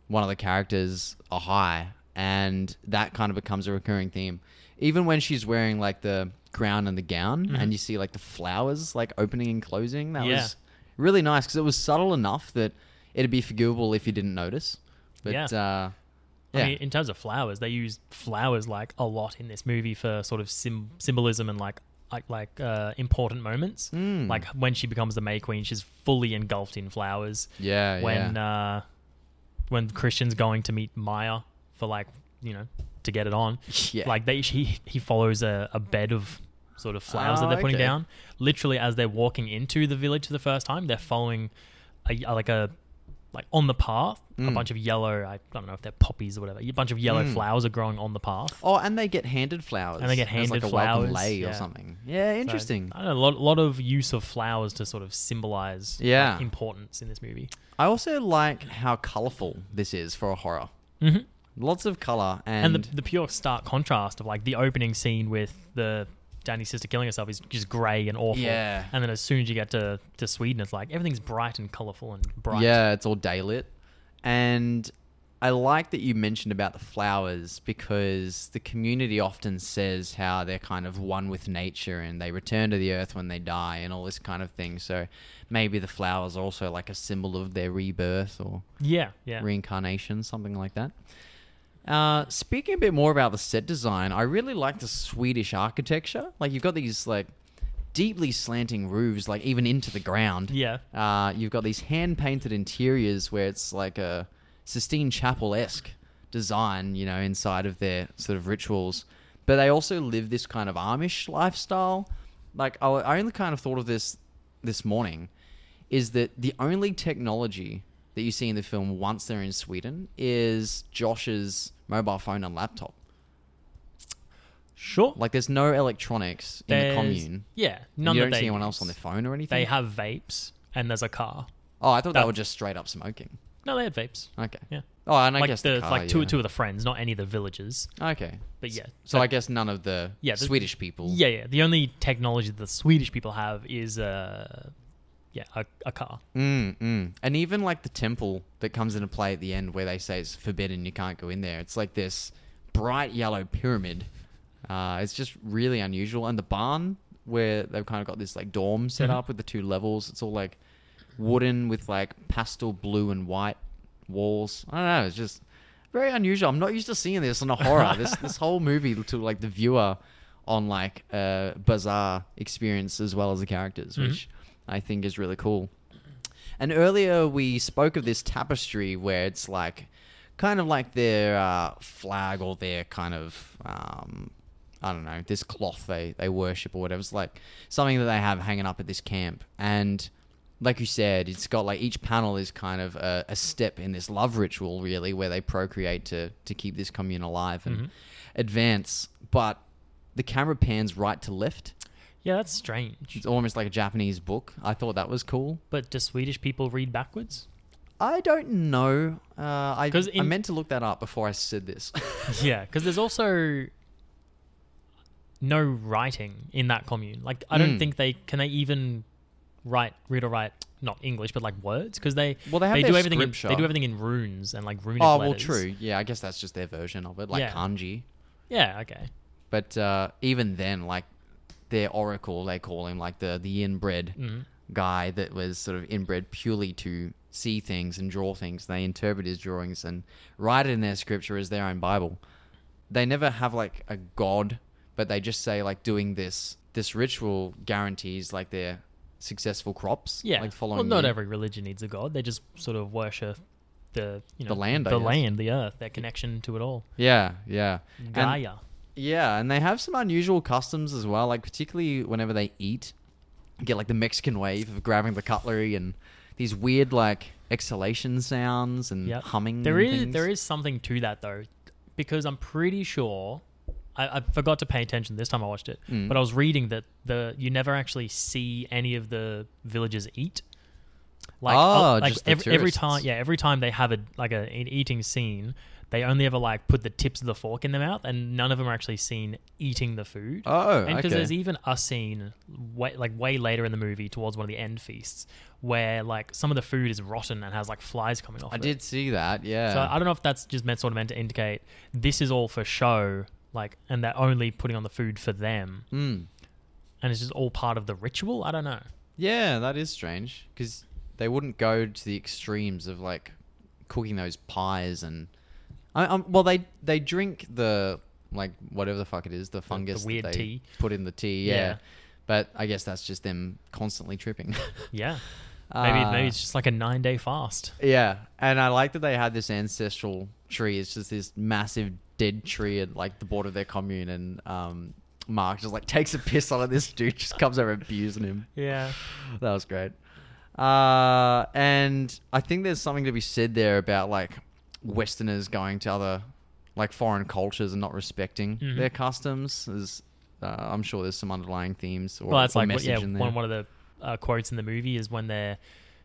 Speaker 1: one of the characters a high, and that kind of becomes a recurring theme. Even when she's wearing like the crown and the gown, and you see like the flowers like opening and closing, that
Speaker 2: Mm-hmm. Yeah.
Speaker 1: was really nice because it was subtle enough that it'd be forgivable if you didn't notice. But
Speaker 2: Yeah.
Speaker 1: uh,
Speaker 2: I
Speaker 1: yeah,
Speaker 2: mean, in terms of flowers, they use flowers like a lot in this movie for sort of sim- symbolism and like like like uh, important moments.
Speaker 1: Mm.
Speaker 2: Like when she becomes the May Queen, she's fully engulfed in flowers.
Speaker 1: yeah,
Speaker 2: When
Speaker 1: yeah.
Speaker 2: uh, when Christian's going to meet Maya for like you know to get it on,
Speaker 1: (laughs) yeah.
Speaker 2: like they she he follows a, a bed of sort of flowers
Speaker 1: Oh,
Speaker 2: that they're putting
Speaker 1: okay.
Speaker 2: down. Literally, as they're walking into the village for the first time, they're following a, a- like a like on the path a
Speaker 1: Mm.
Speaker 2: bunch of yellow. I don't know if they're poppies or whatever. A bunch of yellow
Speaker 1: Mm.
Speaker 2: flowers are growing on the path.
Speaker 1: Oh, and they get handed flowers.
Speaker 2: And they get
Speaker 1: as, like,
Speaker 2: handed
Speaker 1: a welcome
Speaker 2: flowers,
Speaker 1: lay or
Speaker 2: yeah.
Speaker 1: something. Yeah,
Speaker 2: So, uh,
Speaker 1: interesting.
Speaker 2: I don't know, a lot, lot of use of flowers to sort of symbolize like,
Speaker 1: Yeah.
Speaker 2: importance in this movie.
Speaker 1: I also like how colorful this is for a horror.
Speaker 2: Mm-hmm.
Speaker 1: Lots of color and,
Speaker 2: And, the, the pure stark contrast of like the opening scene with the Danny's sister killing herself is just grey and awful.
Speaker 1: Yeah.
Speaker 2: And then as soon as you get to, to Sweden, it's like everything's bright and colourful and bright.
Speaker 1: yeah, it's all daylit. And I like that you mentioned about the flowers because the community often says how they're kind of one with nature and they return to the earth when they die and all this kind of thing. So maybe the flowers are also like a symbol of their rebirth or
Speaker 2: Yeah. Yeah.
Speaker 1: reincarnation, something like that. Uh, speaking a bit more about the set design, I really like the Swedish architecture. Like you've got these like deeply slanting roofs, like even into the ground.
Speaker 2: Yeah.
Speaker 1: Uh, you've got these hand painted interiors where it's like a Sistine Chapel esque design, you know, inside of their sort of rituals. But they also live this kind of Amish lifestyle. Like I- I only kind of thought of this this morning is that the only technology that you see in the film once they're in Sweden is Josh's mobile phone and laptop.
Speaker 2: Sure.
Speaker 1: Like there's no electronics in the
Speaker 2: There's-
Speaker 1: commune.
Speaker 2: Yeah.
Speaker 1: and
Speaker 2: None
Speaker 1: you
Speaker 2: that
Speaker 1: don't
Speaker 2: they
Speaker 1: see anyone
Speaker 2: use.
Speaker 1: else on their phone or anything. (laughs)
Speaker 2: They have vapes and there's a car.
Speaker 1: oh, I thought they
Speaker 2: that-
Speaker 1: were just straight up smoking.
Speaker 2: No, they had vapes.
Speaker 1: Okay.
Speaker 2: Yeah.
Speaker 1: Oh, and I
Speaker 2: like
Speaker 1: guess
Speaker 2: the,
Speaker 1: the, car,
Speaker 2: like two
Speaker 1: yeah.
Speaker 2: two of the friends, not any of the villagers.
Speaker 1: Okay.
Speaker 2: But yeah.
Speaker 1: So I guess none of the
Speaker 2: Yeah, the-
Speaker 1: Swedish people.
Speaker 2: Yeah, yeah. The only technology that the Swedish people have is uh yeah, a, a car.
Speaker 1: Mm, mm. And even like the temple that comes into play at the end, where they say it's forbidden, you can't go in there. It's like this bright yellow pyramid. Uh, it's just really unusual. And the barn where they've kind of got this like dorm set
Speaker 2: Mhm.
Speaker 1: up with the two levels. It's all like wooden with like pastel blue and white walls. I don't know. It's just very unusual. I'm not used to seeing this in a horror. this this whole movie to like the viewer on like a bizarre experience as well as the characters,
Speaker 2: Mhm.
Speaker 1: which I think is really cool. And earlier we spoke of this tapestry where it's like kind of like their uh, flag or their kind of um, I don't know this cloth they they worship or whatever. It's like something that they have hanging up at this camp and. Like you said, it's got like each panel is kind of a, a step in this love ritual, really, where they procreate to to keep this commune alive and
Speaker 2: Mhm.
Speaker 1: advance. But the camera pans right to left.
Speaker 2: Yeah, that's strange.
Speaker 1: It's almost like a Japanese book. I thought that was cool.
Speaker 2: But do Swedish people read backwards?
Speaker 1: I don't know. Uh, I,
Speaker 2: 'Cause
Speaker 1: I
Speaker 2: in-
Speaker 1: meant to look that up before I said this. (laughs)
Speaker 2: (laughs) yeah, because there's also no writing in that commune. Like, I don't
Speaker 1: Mm.
Speaker 2: think they can they even write, read or write not English, but like words because they
Speaker 1: Well, they have their
Speaker 2: do everything in,
Speaker 1: scripture.
Speaker 2: they do everything in runes and like runic.
Speaker 1: oh, well,
Speaker 2: letters.
Speaker 1: true. Yeah, I guess that's just their version of it, like
Speaker 2: Yeah.
Speaker 1: kanji.
Speaker 2: Yeah, okay.
Speaker 1: But uh, even then, like their oracle, they call him like the the inbred
Speaker 2: Mhm.
Speaker 1: guy that was sort of inbred purely to see things and draw things. They interpret his drawings and write it in their scripture as their own Bible. They never have like a god, but they just say like doing this this ritual guarantees like their successful crops.
Speaker 2: Yeah,
Speaker 1: like following.
Speaker 2: Well, not
Speaker 1: the-
Speaker 2: every religion needs a god. They just sort of worship the you know
Speaker 1: The land, I
Speaker 2: the
Speaker 1: guess.
Speaker 2: land, the earth, their connection to it all.
Speaker 1: Yeah, yeah. And-
Speaker 2: Gaia.
Speaker 1: Yeah, and they have some unusual customs as well, like particularly whenever they eat, you get like the Mexican wave of grabbing the cutlery and these weird like exhalation sounds and
Speaker 2: Yep.
Speaker 1: humming.
Speaker 2: There
Speaker 1: and
Speaker 2: is
Speaker 1: things.
Speaker 2: there is something to that though, because I'm pretty sure I, I forgot to pay attention this time I watched it,
Speaker 1: Mm.
Speaker 2: but I was reading that the you never actually see any of the villagers eat. Like,
Speaker 1: Oh,
Speaker 2: uh, like
Speaker 1: just the
Speaker 2: every, every time,
Speaker 1: tourists.
Speaker 2: yeah, every time they have a like a, an eating scene, they only ever like put the tips of the fork in their mouth, and none of them are actually seen eating the food.
Speaker 1: Oh,
Speaker 2: and
Speaker 1: okay.
Speaker 2: there's even a scene way, like way later in the movie, towards one of the end feasts, where like some of the food is rotten and has like flies coming off.
Speaker 1: I
Speaker 2: it.
Speaker 1: did see that. Yeah.
Speaker 2: So I don't know if that's just meant sort of meant to indicate this is all for show, like, and they're only putting on the food for them,
Speaker 1: Mm.
Speaker 2: and it's just all part of the ritual. I don't know.
Speaker 1: Yeah, that is strange because they wouldn't go to the extremes of like cooking those pies and I, um, well, they they drink the like whatever the fuck it is, the fungus that
Speaker 2: weird
Speaker 1: they
Speaker 2: tea.
Speaker 1: put in the tea. Yeah.
Speaker 2: Yeah.
Speaker 1: But I guess that's just them constantly tripping. (laughs)
Speaker 2: Yeah, maybe
Speaker 1: Uh,
Speaker 2: maybe it's just like a nine day fast.
Speaker 1: yeah, and I like that they had this ancestral tree. It's just this massive dead tree at like the border of their commune, and um, Mark just like takes a piss on it. This dude just comes over abusing him.
Speaker 2: (laughs) Yeah,
Speaker 1: that was great. Uh, and I think there's something to be said there about like Westerners going to other like foreign cultures and not respecting
Speaker 2: Mhm.
Speaker 1: their customs. Is uh, I'm sure there's some underlying themes or,
Speaker 2: well, that's
Speaker 1: or
Speaker 2: like what-
Speaker 1: message
Speaker 2: yeah
Speaker 1: in there.
Speaker 2: one one of the uh, quotes in the movie is when they're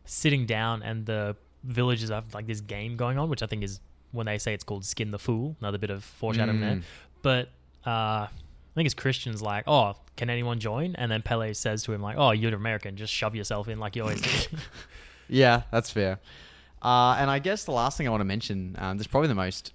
Speaker 2: sitting down and the villagers have like this game going on, which I think is when they say it's called Skin the Fool. Another bit of foreshadowing there,
Speaker 1: Mm.
Speaker 2: but. uh I think it's Christian's like, oh, can anyone join? And then Pele says to him like, oh, you're American, just shove yourself in like you always
Speaker 1: (laughs)
Speaker 2: do. (laughs)
Speaker 1: Yeah, that's fair. Uh, and I guess the last thing I want to mention, um, this is probably the most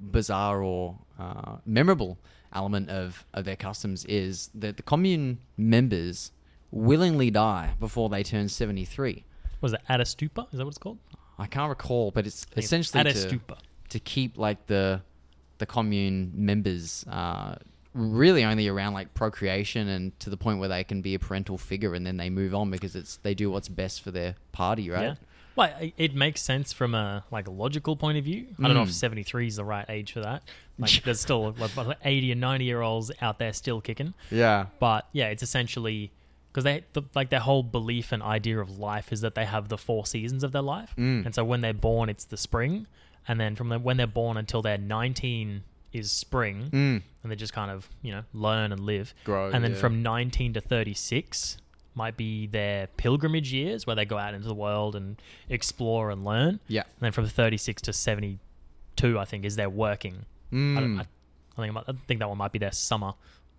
Speaker 1: bizarre or uh, memorable element of, of their customs is that the commune members willingly die before they turn 73.
Speaker 2: was it at a stupa? Is that what it's called?
Speaker 1: I can't recall, but it's
Speaker 2: it's
Speaker 1: essentially
Speaker 2: at a
Speaker 1: to,
Speaker 2: stupa.
Speaker 1: to keep like the the commune members uh, really only around like procreation and to the point where they can be a parental figure and then they move on because it's they do what's best for their party, right?
Speaker 2: Yeah. Well, i- it makes sense from a like logical point of view. I don't know if
Speaker 1: Mm.
Speaker 2: 73 is the right age for that. Like there's still like, about 80 and 90 year olds out there still kicking.
Speaker 1: Yeah.
Speaker 2: But yeah, it's essentially because they the, like their whole belief and idea of life is that they have the four seasons of their life.
Speaker 1: Mm.
Speaker 2: And so when they're born, it's the spring, and then from the, when they're born until they're 19 is spring,
Speaker 1: Mm.
Speaker 2: and they just kind of you know learn and live.
Speaker 1: Grow,
Speaker 2: and then
Speaker 1: yeah.
Speaker 2: from 19 to 36 might be their pilgrimage years where they go out into the world and explore and learn. And
Speaker 1: Yeah.
Speaker 2: then from 36 to 72, I think, is their working. I, don't,
Speaker 1: Mm.
Speaker 2: I, I think I, might, I think that one might be their summer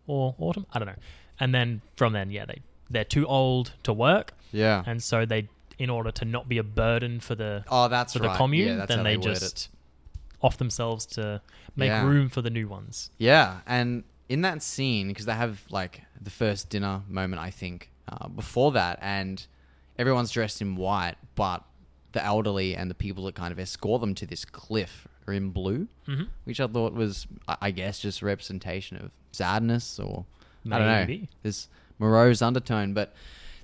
Speaker 2: or autumn. I don't know. And then from then, yeah, they they're too old to work,
Speaker 1: yeah.
Speaker 2: and so they, in order to not be a burden for the
Speaker 1: oh, that's
Speaker 2: for
Speaker 1: right.
Speaker 2: the commune,
Speaker 1: yeah, that's how
Speaker 2: then they,
Speaker 1: word it.
Speaker 2: just off themselves to make
Speaker 1: Yeah.
Speaker 2: room for the new ones.
Speaker 1: Yeah, and in that scene, because they have like the first dinner moment, I think, uh, before that, and everyone's dressed in white, but the elderly and the people that kind of escort them to this cliff are in blue,
Speaker 2: Mhm.
Speaker 1: which I thought was, I- I guess, just a representation of sadness or I don't know
Speaker 2: Maybe.
Speaker 1: this morose undertone. But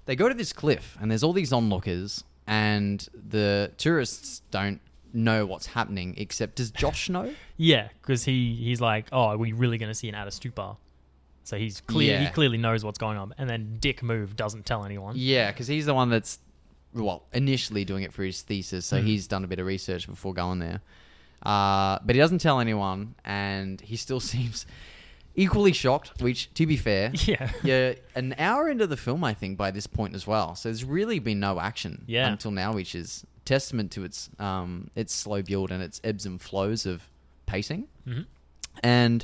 Speaker 1: they go to this cliff, and there's all these onlookers, and the tourists don't know what's happening except does Josh know?
Speaker 2: Yeah, because he he's like, oh, are we really going to see an out of stupor? So he's clear. He
Speaker 1: Yeah.
Speaker 2: clearly knows what's going on. And then Dick move doesn't tell anyone.
Speaker 1: Yeah, because he's the one that's well initially doing it for his thesis, so
Speaker 2: Mm.
Speaker 1: he's done a bit of research before going there. Uh, but he doesn't tell anyone, and he still (laughs) seems equally shocked. Which, to be fair,
Speaker 2: (laughs) Yeah.
Speaker 1: yeah, an hour into the film, I think by this point as well. So there's really been no action
Speaker 2: Yeah.
Speaker 1: until now, which is testament to its um, its slow build and its ebbs and flows of pacing
Speaker 2: Mhm.
Speaker 1: and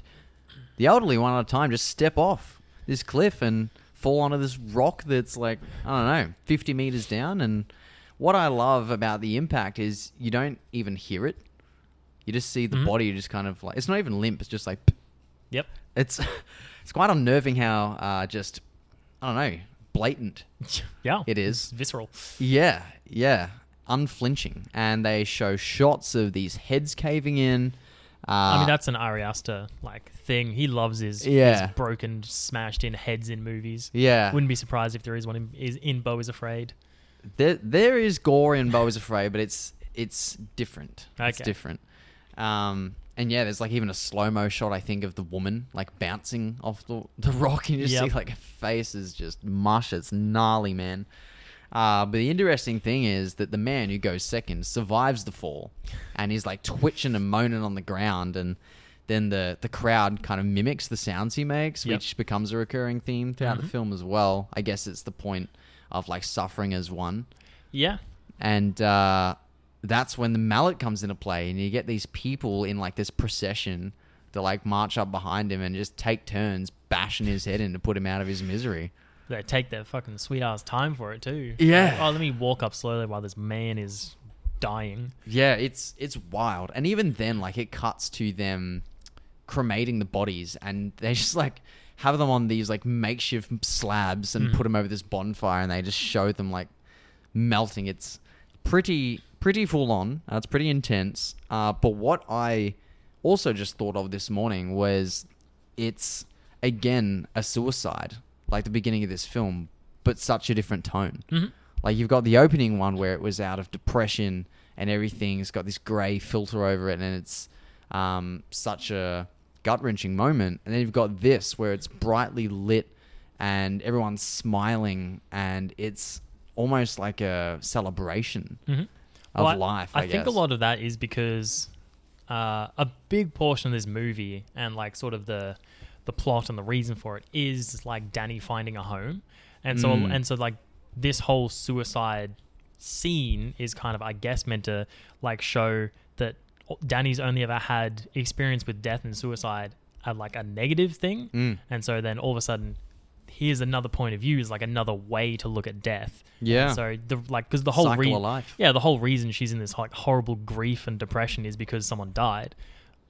Speaker 1: the elderly one at a time just step off this cliff and fall onto this rock that's like I don't know, fifty meters down. And what I love about the impact is you don't even hear it; you just see the
Speaker 2: Mhm.
Speaker 1: body just kind of like it's not even limp; it's just like (laughs)
Speaker 2: Yep. (laughs)
Speaker 1: it's (laughs) it's quite unnerving how uh, just I don't know blatant
Speaker 2: Yeah.
Speaker 1: it
Speaker 2: It's
Speaker 1: is.
Speaker 2: visceral.
Speaker 1: Yeah, yeah, unflinching, and they show shots of these heads caving in. Uh,
Speaker 2: I mean, that's an Ari Aster like thing. He loves his,
Speaker 1: Yeah.
Speaker 2: his broken, smashed in heads in movies.
Speaker 1: yeah.
Speaker 2: Wouldn't be surprised if there is one in, is in Bo is Afraid.
Speaker 1: There, there is gore in Bo is Afraid, but it's it's different. It's
Speaker 2: Okay.
Speaker 1: different. Um, and yeah, there's like even a slow mo shot I think of the woman like bouncing off the, the rock, and you just
Speaker 2: Yep.
Speaker 1: see (laughs) like her face is just mush. It's gnarly, man. Uh, but the interesting thing is that the man who goes second survives the fall, and he's like twitching and moaning on the ground, and then the the crowd kind of mimics the sounds he makes,
Speaker 2: Yep.
Speaker 1: which becomes a recurring theme throughout the
Speaker 2: Mhm.
Speaker 1: film as well. I guess it's the point of like suffering as one
Speaker 2: Yeah.
Speaker 1: and uh, that's when the mallet comes into play, and you get these people in like this procession that like march up behind him and just take turns bashing his head in to put him out of his misery.
Speaker 2: They take their fucking sweet ass time for it too.
Speaker 1: Yeah.
Speaker 2: Like, oh, let me walk up slowly while this man is dying.
Speaker 1: Yeah, it's it's wild. And even then, like it cuts to them cremating the bodies, and they (laughs) just like have them on these like makeshift slabs and put them over this bonfire, and they just show them like melting. It's pretty pretty full on. Uh, it's pretty intense. Uh, but what I also just thought of this morning was it's again a suicide, like the beginning of this film, but such a different tone.
Speaker 2: Mm-hmm.
Speaker 1: Like you've got the opening one where it was out of depression and everything's got this grey filter over it, and it's um, such a gut wrenching moment. And then you've got this where it's brightly lit and everyone's smiling, and it's almost like a celebration of
Speaker 2: Well, I-
Speaker 1: life.
Speaker 2: I,
Speaker 1: I,
Speaker 2: think a
Speaker 1: guess.
Speaker 2: lot of that is because uh, a big portion of this movie and like sort of the the plot and the reason for it is like Danny finding a home, and so
Speaker 1: Mm.
Speaker 2: and so like this whole suicide scene is kind of I guess meant to like show that Danny's only ever had experience with death and suicide as like a negative thing,
Speaker 1: Mm.
Speaker 2: and so then all of a sudden. Here's another point of view is like another way to look at death.
Speaker 1: Yeah.
Speaker 2: So the like because the whole
Speaker 1: Cycle
Speaker 2: rea-
Speaker 1: of life.
Speaker 2: yeah, the whole reason she's in this like horrible grief and depression is because someone died.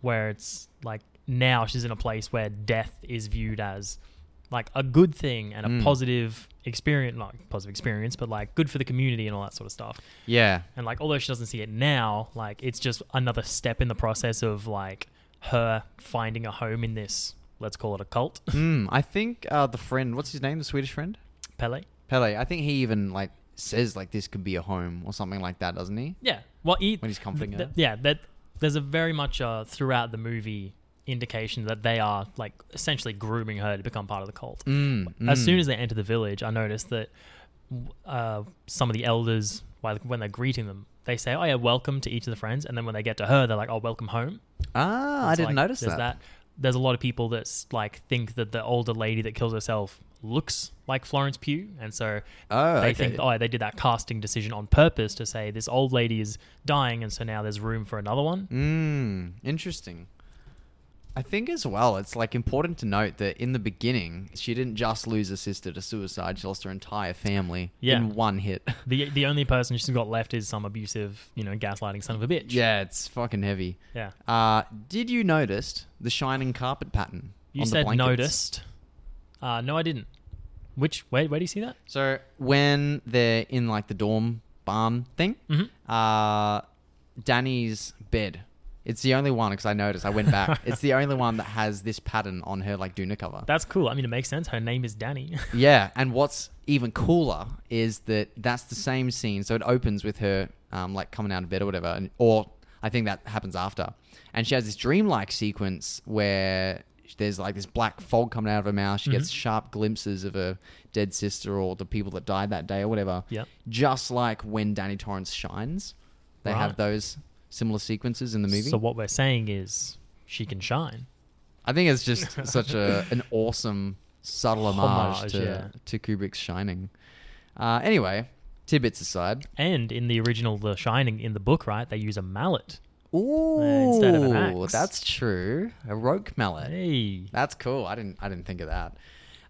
Speaker 2: Where it's like now she's in a place where death is viewed as like a good thing and a
Speaker 1: Mm.
Speaker 2: positive experience, not positive experience, but like good for the community and all that sort of stuff.
Speaker 1: Yeah.
Speaker 2: And like although she doesn't see it now, like it's just another step in the process of like her finding a home in this let's call it a cult. (laughs)
Speaker 1: Mm, I think uh, the friend, what's his name? The Swedish friend,
Speaker 2: Pele.
Speaker 1: Pele. I think he even like says like this could be a home or something like that, doesn't he?
Speaker 2: Yeah. Well, he,
Speaker 1: When he's comforting her.
Speaker 2: Yeah, that there's a very much uh, throughout the movie indication that they are like essentially grooming her to become part of the cult.
Speaker 1: Mm,
Speaker 2: As
Speaker 1: mm.
Speaker 2: soon as they enter the village, I noticed that uh, some of the elders, while- when they're greeting them, they say, "Oh yeah, welcome" to each of the friends, and then when they get to her, they're like, "Oh, welcome home."
Speaker 1: ah, I
Speaker 2: It's
Speaker 1: didn't
Speaker 2: like,
Speaker 1: notice
Speaker 2: there's
Speaker 1: that.
Speaker 2: There's a lot of people that's like think that the older lady that kills herself looks like Florence Pugh, and so
Speaker 1: Oh,
Speaker 2: they
Speaker 1: okay.
Speaker 2: think oh they did that casting decision on purpose to say this old lady is dying, and so now there's room for another one.
Speaker 1: Mm, interesting. I think as well, it's like important to note that in the beginning, she didn't just lose her sister to suicide; she lost her entire family
Speaker 2: Yeah.
Speaker 1: in one (laughs) hit.
Speaker 2: The the only person she's got left is some abusive, you know, gaslighting son of a bitch.
Speaker 1: yeah, it's fucking heavy.
Speaker 2: yeah.
Speaker 1: Uh, did you notice the shining carpet pattern?
Speaker 2: You
Speaker 1: on the
Speaker 2: said
Speaker 1: blankets?
Speaker 2: noticed. Uh, no, I didn't. Which where where do you see that?
Speaker 1: So when they're in like the dorm barn thing,
Speaker 2: Mhm.
Speaker 1: uh, Danny's bed. It's the only one because I noticed. I went back. it's the only one that has this pattern on her like Duna cover.
Speaker 2: That's cool. I mean, it makes sense. Her name is Danny. (laughs)
Speaker 1: Yeah, and what's even cooler is that that's the same scene. So it opens with her um, like coming out of bed or whatever, and, or I think that happens after. And she has this dreamlike sequence where there's like this black fog coming out of her mouth. She gets sharp glimpses of her dead sister or the people that died that day or whatever.
Speaker 2: Yep.
Speaker 1: Just like when Danny Torrance shines, they have
Speaker 2: Right.
Speaker 1: those similar sequences in the movie.
Speaker 2: so what we're saying is she can shine.
Speaker 1: I think it's
Speaker 2: (laughs)
Speaker 1: just such a an awesome subtle homage,
Speaker 2: Homage,
Speaker 1: to
Speaker 2: yeah.
Speaker 1: to Kubrick's Shining. Uh, anyway, tidbits aside,
Speaker 2: And in the original The Shining, in the book, right, they use a mallet.
Speaker 1: ooh,
Speaker 2: instead of an axe.
Speaker 1: that's true. A rogue mallet.
Speaker 2: Hey,
Speaker 1: That's cool. I didn't I didn't think of that.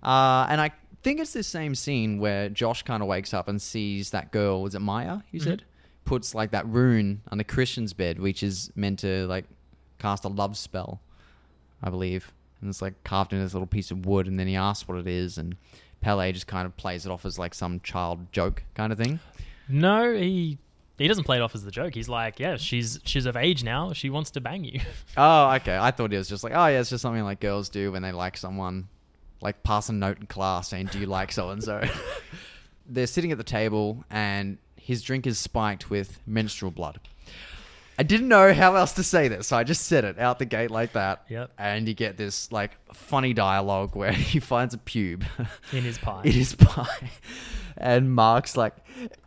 Speaker 1: Uh, and I think it's this same scene where Josh kind of wakes up and sees that girl. Was it Maya? You said puts like that rune on the Christian's bed, which is meant to like cast a love spell, I believe. And it's like carved into this little piece of wood. And then he asks what it is, and Pele just kind of plays it off as like some child joke kind of thing.
Speaker 2: no, he he doesn't play it off as the joke. He's like, yeah, she's she's of age now. She wants to bang you. (laughs)
Speaker 1: Oh, okay. I thought it was just like, oh yeah, it's just something like girls do when they like someone, like pass a note in class saying, "Do you like so and (laughs) so?" They're sitting at the table, and his drink is spiked with menstrual blood. I didn't know how else to say this, so I just said it out the gate like that.
Speaker 2: Yep.
Speaker 1: And you get this like funny dialogue where (laughs) he finds a pube (laughs)
Speaker 2: In his pie.
Speaker 1: in his pie, and Mark's like,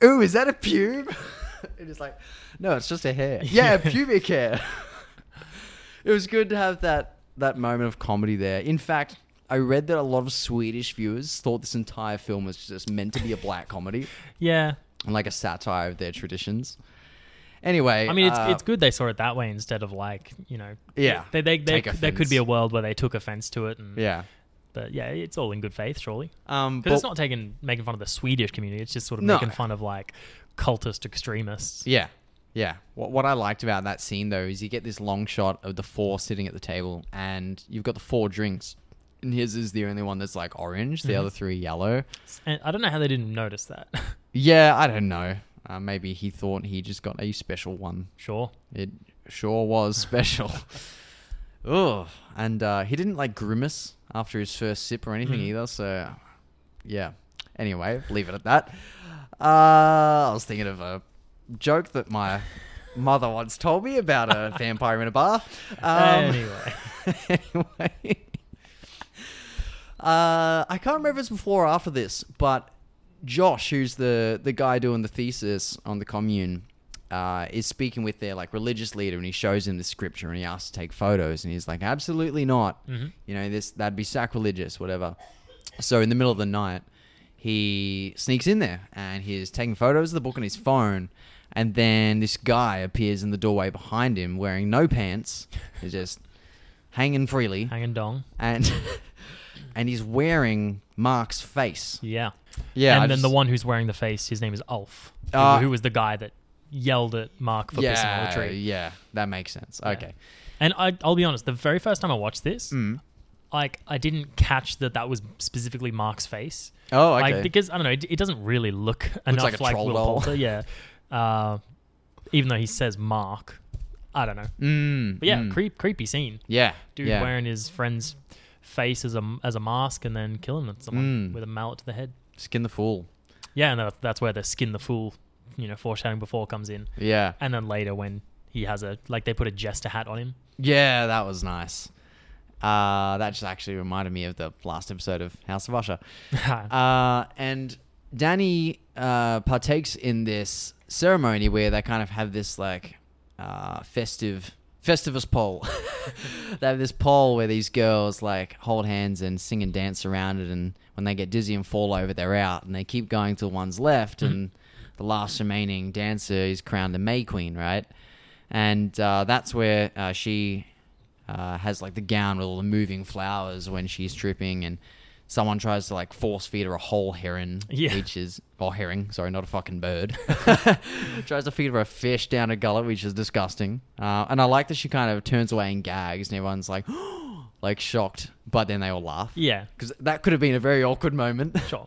Speaker 1: "Ooh, is that a pube?" (laughs) and he's like, "No, it's just a
Speaker 2: (laughs)
Speaker 1: hair." Yeah, pubic hair. (laughs) it was good to have that that moment of comedy there. In fact, I read that a lot of Swedish viewers thought this entire film was just meant to be a black comedy
Speaker 2: yeah,
Speaker 1: and like a satire of their traditions. Anyway,
Speaker 2: I mean, it's,
Speaker 1: uh,
Speaker 2: it's good they saw it that way instead of like you know.
Speaker 1: Yeah,
Speaker 2: They, they, they,
Speaker 1: take
Speaker 2: there could be a
Speaker 1: offense.
Speaker 2: world where they took offense to it, and
Speaker 1: yeah.
Speaker 2: but yeah, it's all in good faith, surely.
Speaker 1: Um,
Speaker 2: Because it's
Speaker 1: but-
Speaker 2: not taking making fun of the Swedish community; it's just sort of
Speaker 1: No.
Speaker 2: making fun of like cultist extremists.
Speaker 1: Yeah. Yeah. What, what I liked about that scene, though, is you get this long shot of the four sitting at the table, and you've got the four drinks. And his is the only one that's like orange, the other three yellow.
Speaker 2: And I don't know how they didn't notice that. (laughs)
Speaker 1: Yeah, I don't know. Uh, maybe he thought he just got a special one.
Speaker 2: sure.
Speaker 1: It sure was special. Ugh. And uh, he didn't like grimace after his first sip or anything either. So, yeah. Anyway, leave it at that. Uh, I was thinking of a joke that my mother once told me about a vampire in a bar. Um,
Speaker 2: anyway,
Speaker 1: (laughs) anyway. Uh, I can't remember if it's before or after this, but Josh, who's the the guy doing the thesis on the commune, uh, is speaking with their like religious leader, and he shows him the scripture, and he asks to take photos, and he's like, "Absolutely not!
Speaker 2: Mm-hmm.
Speaker 1: You know this that'd be sacrilegious, whatever." So in the middle of the night, he sneaks in there, and he's taking photos of the book on his phone. And then this guy appears in the doorway behind him, wearing no pants. (laughs) He's just hanging freely
Speaker 2: hang and dong.
Speaker 1: and (laughs) and he's wearing Mark's face.
Speaker 2: Yeah.
Speaker 1: Yeah,
Speaker 2: And
Speaker 1: I
Speaker 2: then the
Speaker 1: just-
Speaker 2: one who's wearing the face, his name is Ulf, who,
Speaker 1: Ah.
Speaker 2: who was the guy that yelled at Mark for pissing on the
Speaker 1: Yeah,
Speaker 2: tree.
Speaker 1: yeah, that makes sense.
Speaker 2: Yeah.
Speaker 1: Okay,
Speaker 2: And I, I'll be honest, the very first time I watched this,
Speaker 1: Mm.
Speaker 2: like I didn't catch that that was specifically Mark's face.
Speaker 1: Oh, okay.
Speaker 2: Like, because I don't know, it, it doesn't really look enough
Speaker 1: like a troll
Speaker 2: Will
Speaker 1: doll. (laughs)
Speaker 2: Poulter. Yeah. Uh, even though he says Mark, I don't know.
Speaker 1: Mm,
Speaker 2: But yeah,
Speaker 1: mm.
Speaker 2: creep, creepy scene.
Speaker 1: yeah,
Speaker 2: Dude
Speaker 1: yeah.
Speaker 2: wearing his friend's face as a as a mask and then killing someone
Speaker 1: Mm.
Speaker 2: with a mallet to the head.
Speaker 1: skin the fool.
Speaker 2: Yeah, and that, that's where the skin the fool, you know, foreshadowing before comes in.
Speaker 1: Yeah,
Speaker 2: And then later when he has a like they put a jester hat
Speaker 1: (laughs)
Speaker 2: on him.
Speaker 1: yeah, that was nice. Uh, that just actually reminded me of the last episode of House of
Speaker 2: (laughs)
Speaker 1: Usher. Uh, and Danny uh, partakes in this ceremony where they kind of have this like uh, festive festivus pole. (laughs) they have this pole where these girls like hold hands and sing and dance around it, and when they get dizzy and fall over, they're out, and they keep going till one's left, and the last remaining dancer is crowned the May Queen, right? And uh, that's where uh, she uh, has like the gown with all the moving flowers when she's tripping, and someone tries to like force feed her a whole heron,
Speaker 2: Yeah.
Speaker 1: which is or herring, sorry, not a fucking bird. (laughs) tries to feed her a fish down a gullet, which is disgusting. Uh, and I like that she kind of turns away and gags, and everyone's like, (gasps) like shocked, but then they all laugh
Speaker 2: yeah,
Speaker 1: because that could have been a very awkward moment. (laughs)
Speaker 2: sure.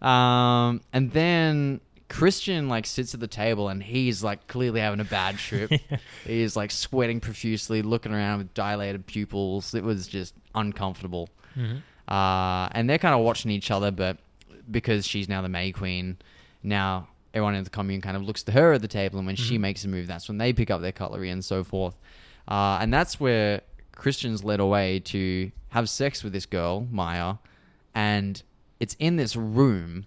Speaker 1: Um, and then Christian like sits at the table and he's like clearly having a bad trip. he's like sweating profusely, looking around with dilated pupils. It was just uncomfortable. Uh, and they're kind of watching each other, but because she's now the May Queen, now everyone in the commune kind of looks to her at the table, and when she makes a move, that's when they pick up their cutlery and so forth. Uh, and that's where Christian's led away to have sex with this girl, Maya, and it's in this room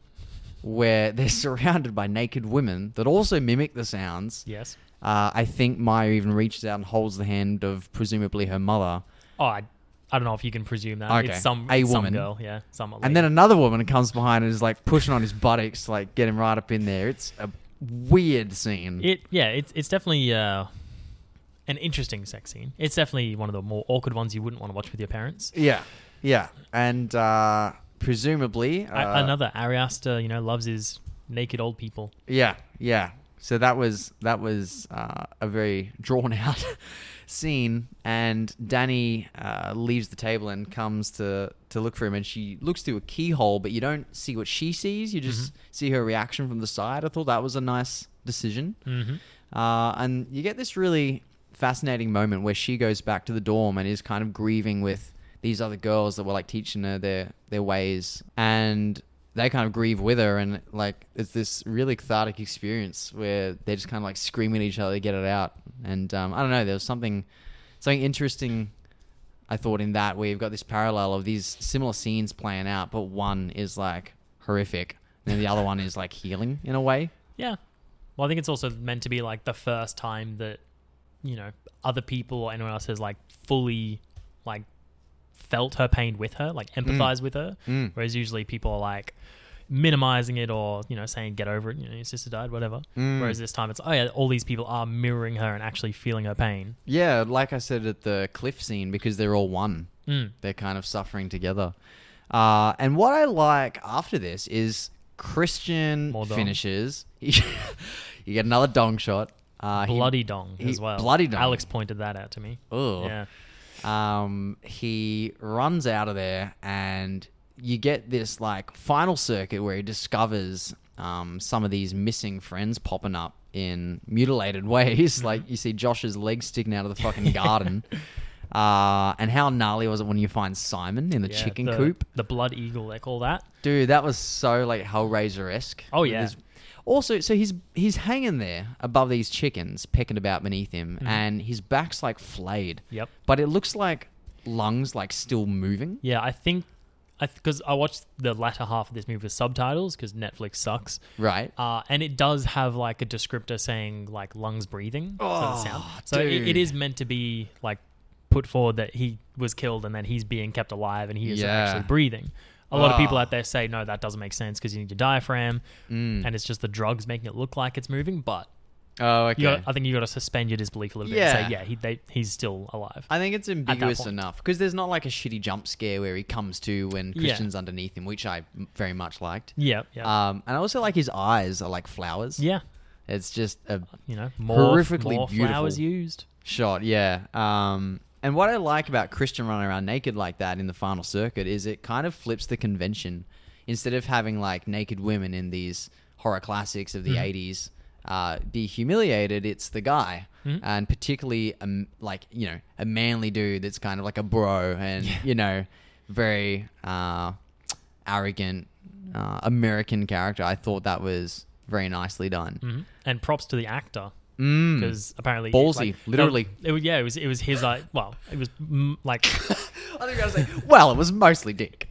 Speaker 1: where (laughs) they're surrounded by naked women that also mimic the sounds.
Speaker 2: Yes.
Speaker 1: Uh, I think Maya even reaches out and holds the hand of presumably her mother.
Speaker 2: Oh, I, I don't know if you can presume that.
Speaker 1: Okay.
Speaker 2: It's some
Speaker 1: A
Speaker 2: it's
Speaker 1: woman.
Speaker 2: some girl, yeah, some
Speaker 1: And then another woman comes behind and is like pushing on his buttocks, to, like get him right up in there. It's a weird scene.
Speaker 2: it yeah, it's it's definitely uh, an interesting sex scene. It's definitely one of the more awkward ones you wouldn't want to watch with your parents.
Speaker 1: yeah, yeah. And uh, presumably
Speaker 2: A-
Speaker 1: uh,
Speaker 2: another Ariasta, you know, loves his naked old people.
Speaker 1: Yeah, yeah. So that was that was uh, a very drawn out (laughs) scene, and Danny uh, leaves the table and comes to to look for him, and she looks through a keyhole, but you don't see what she sees. You just
Speaker 2: Mm-hmm.
Speaker 1: see her reaction from the side. I thought that was a nice decision,
Speaker 2: Mm-hmm.
Speaker 1: uh, and you get this really fascinating moment where she goes back to the dorm and is kind of grieving with these other girls that were like teaching her their their ways and they kind of grieve with her and like it's this really cathartic experience where they're just kind of like screaming at each other to get it out and um, i don't know there was something something interesting i thought in that where you've got this parallel of these similar scenes playing out but one is like horrific and the other one is like healing in a way
Speaker 2: Yeah. Well, I think it's also meant to be like the first time that, you know, other people or anyone else has like fully like felt her pain with her, like empathized with her.
Speaker 1: Mm.
Speaker 2: Whereas usually people are like, minimizing it or you know saying get over it. You know, your sister died, whatever.
Speaker 1: Mm.
Speaker 2: Whereas this time it's oh yeah, all these people are mirroring her and actually feeling her pain.
Speaker 1: Yeah, like I said at the cliff scene, because they're all one.
Speaker 2: Mm.
Speaker 1: They're kind of suffering together. Uh, and what I like after this is Christian
Speaker 2: More dong.
Speaker 1: finishes. (laughs) you get another dong shot. Uh, he-
Speaker 2: Bloody dong
Speaker 1: he-
Speaker 2: as well.
Speaker 1: bloody dong. Oh.
Speaker 2: Alex pointed that out to me.
Speaker 1: Ugh.
Speaker 2: Yeah.
Speaker 1: um, he runs out of there and you get this like final circuit where he discovers um, some of these missing friends popping up in mutilated (laughs) ways like you see josh's legs sticking out of the
Speaker 2: (laughs)
Speaker 1: fucking garden uh, and how gnarly was it when you find simon in the
Speaker 2: Yeah,
Speaker 1: chicken
Speaker 2: the-
Speaker 1: coop
Speaker 2: The blood eagle, they call that.
Speaker 1: Dude, that was so like Hellraiser esque.
Speaker 2: Oh, yeah.
Speaker 1: Also, so he's he's hanging there above these chickens, pecking about beneath him,
Speaker 2: Mm-hmm.
Speaker 1: and his back's like flayed.
Speaker 2: Yep.
Speaker 1: But it looks like lungs like still moving.
Speaker 2: Yeah, I think I because I watched the latter half of this movie with subtitles because Netflix sucks.
Speaker 1: Right.
Speaker 2: Uh, and it does have like a descriptor saying like lungs breathing. so the sound.
Speaker 1: Oh,
Speaker 2: so it, it
Speaker 1: dude.
Speaker 2: is meant to be like put forward that he was killed and then he's being kept alive and he isn't
Speaker 1: Yeah.
Speaker 2: actually breathing. A lot of people
Speaker 1: Ah.
Speaker 2: out there say no, that doesn't make sense because you need your diaphragm,
Speaker 1: Mm.
Speaker 2: and it's just the drugs making it look like it's moving. But
Speaker 1: Oh, okay.
Speaker 2: you got, I think you got to suspend your disbelief a little bit. and
Speaker 1: Yeah.
Speaker 2: say, yeah, he they, he's still alive.
Speaker 1: I think it's ambiguous
Speaker 2: point.
Speaker 1: enough because there's not like a shitty jump scare where he comes to when
Speaker 2: Yeah.
Speaker 1: Christian's underneath him, which I m- very much liked.
Speaker 2: yeah, yeah,
Speaker 1: Um, and I also like his eyes are like flowers.
Speaker 2: yeah.
Speaker 1: It's just a
Speaker 2: You know, more
Speaker 1: Horrifically
Speaker 2: more flowers
Speaker 1: beautiful.
Speaker 2: used.
Speaker 1: shot. Yeah. Um, and what I like about Christian running around naked like that in the final circuit is it kind of flips the convention. Instead of having like naked women in these horror classics of the 80s uh, be humiliated, it's the guy. And particularly, um, like, you know, a manly dude that's kind of like a bro and, you know, very uh, arrogant uh, American character. I thought that was very nicely done.
Speaker 2: Mhm. And props to the actor
Speaker 1: Mm-hmm. Mm.
Speaker 2: because apparently
Speaker 1: Ballsy,
Speaker 2: like,
Speaker 1: literally.
Speaker 2: no, It, was yeah, it was it was his like well, it was mm,
Speaker 1: (laughs)
Speaker 2: like
Speaker 1: I think I (laughs) was like, well, it was mostly dick.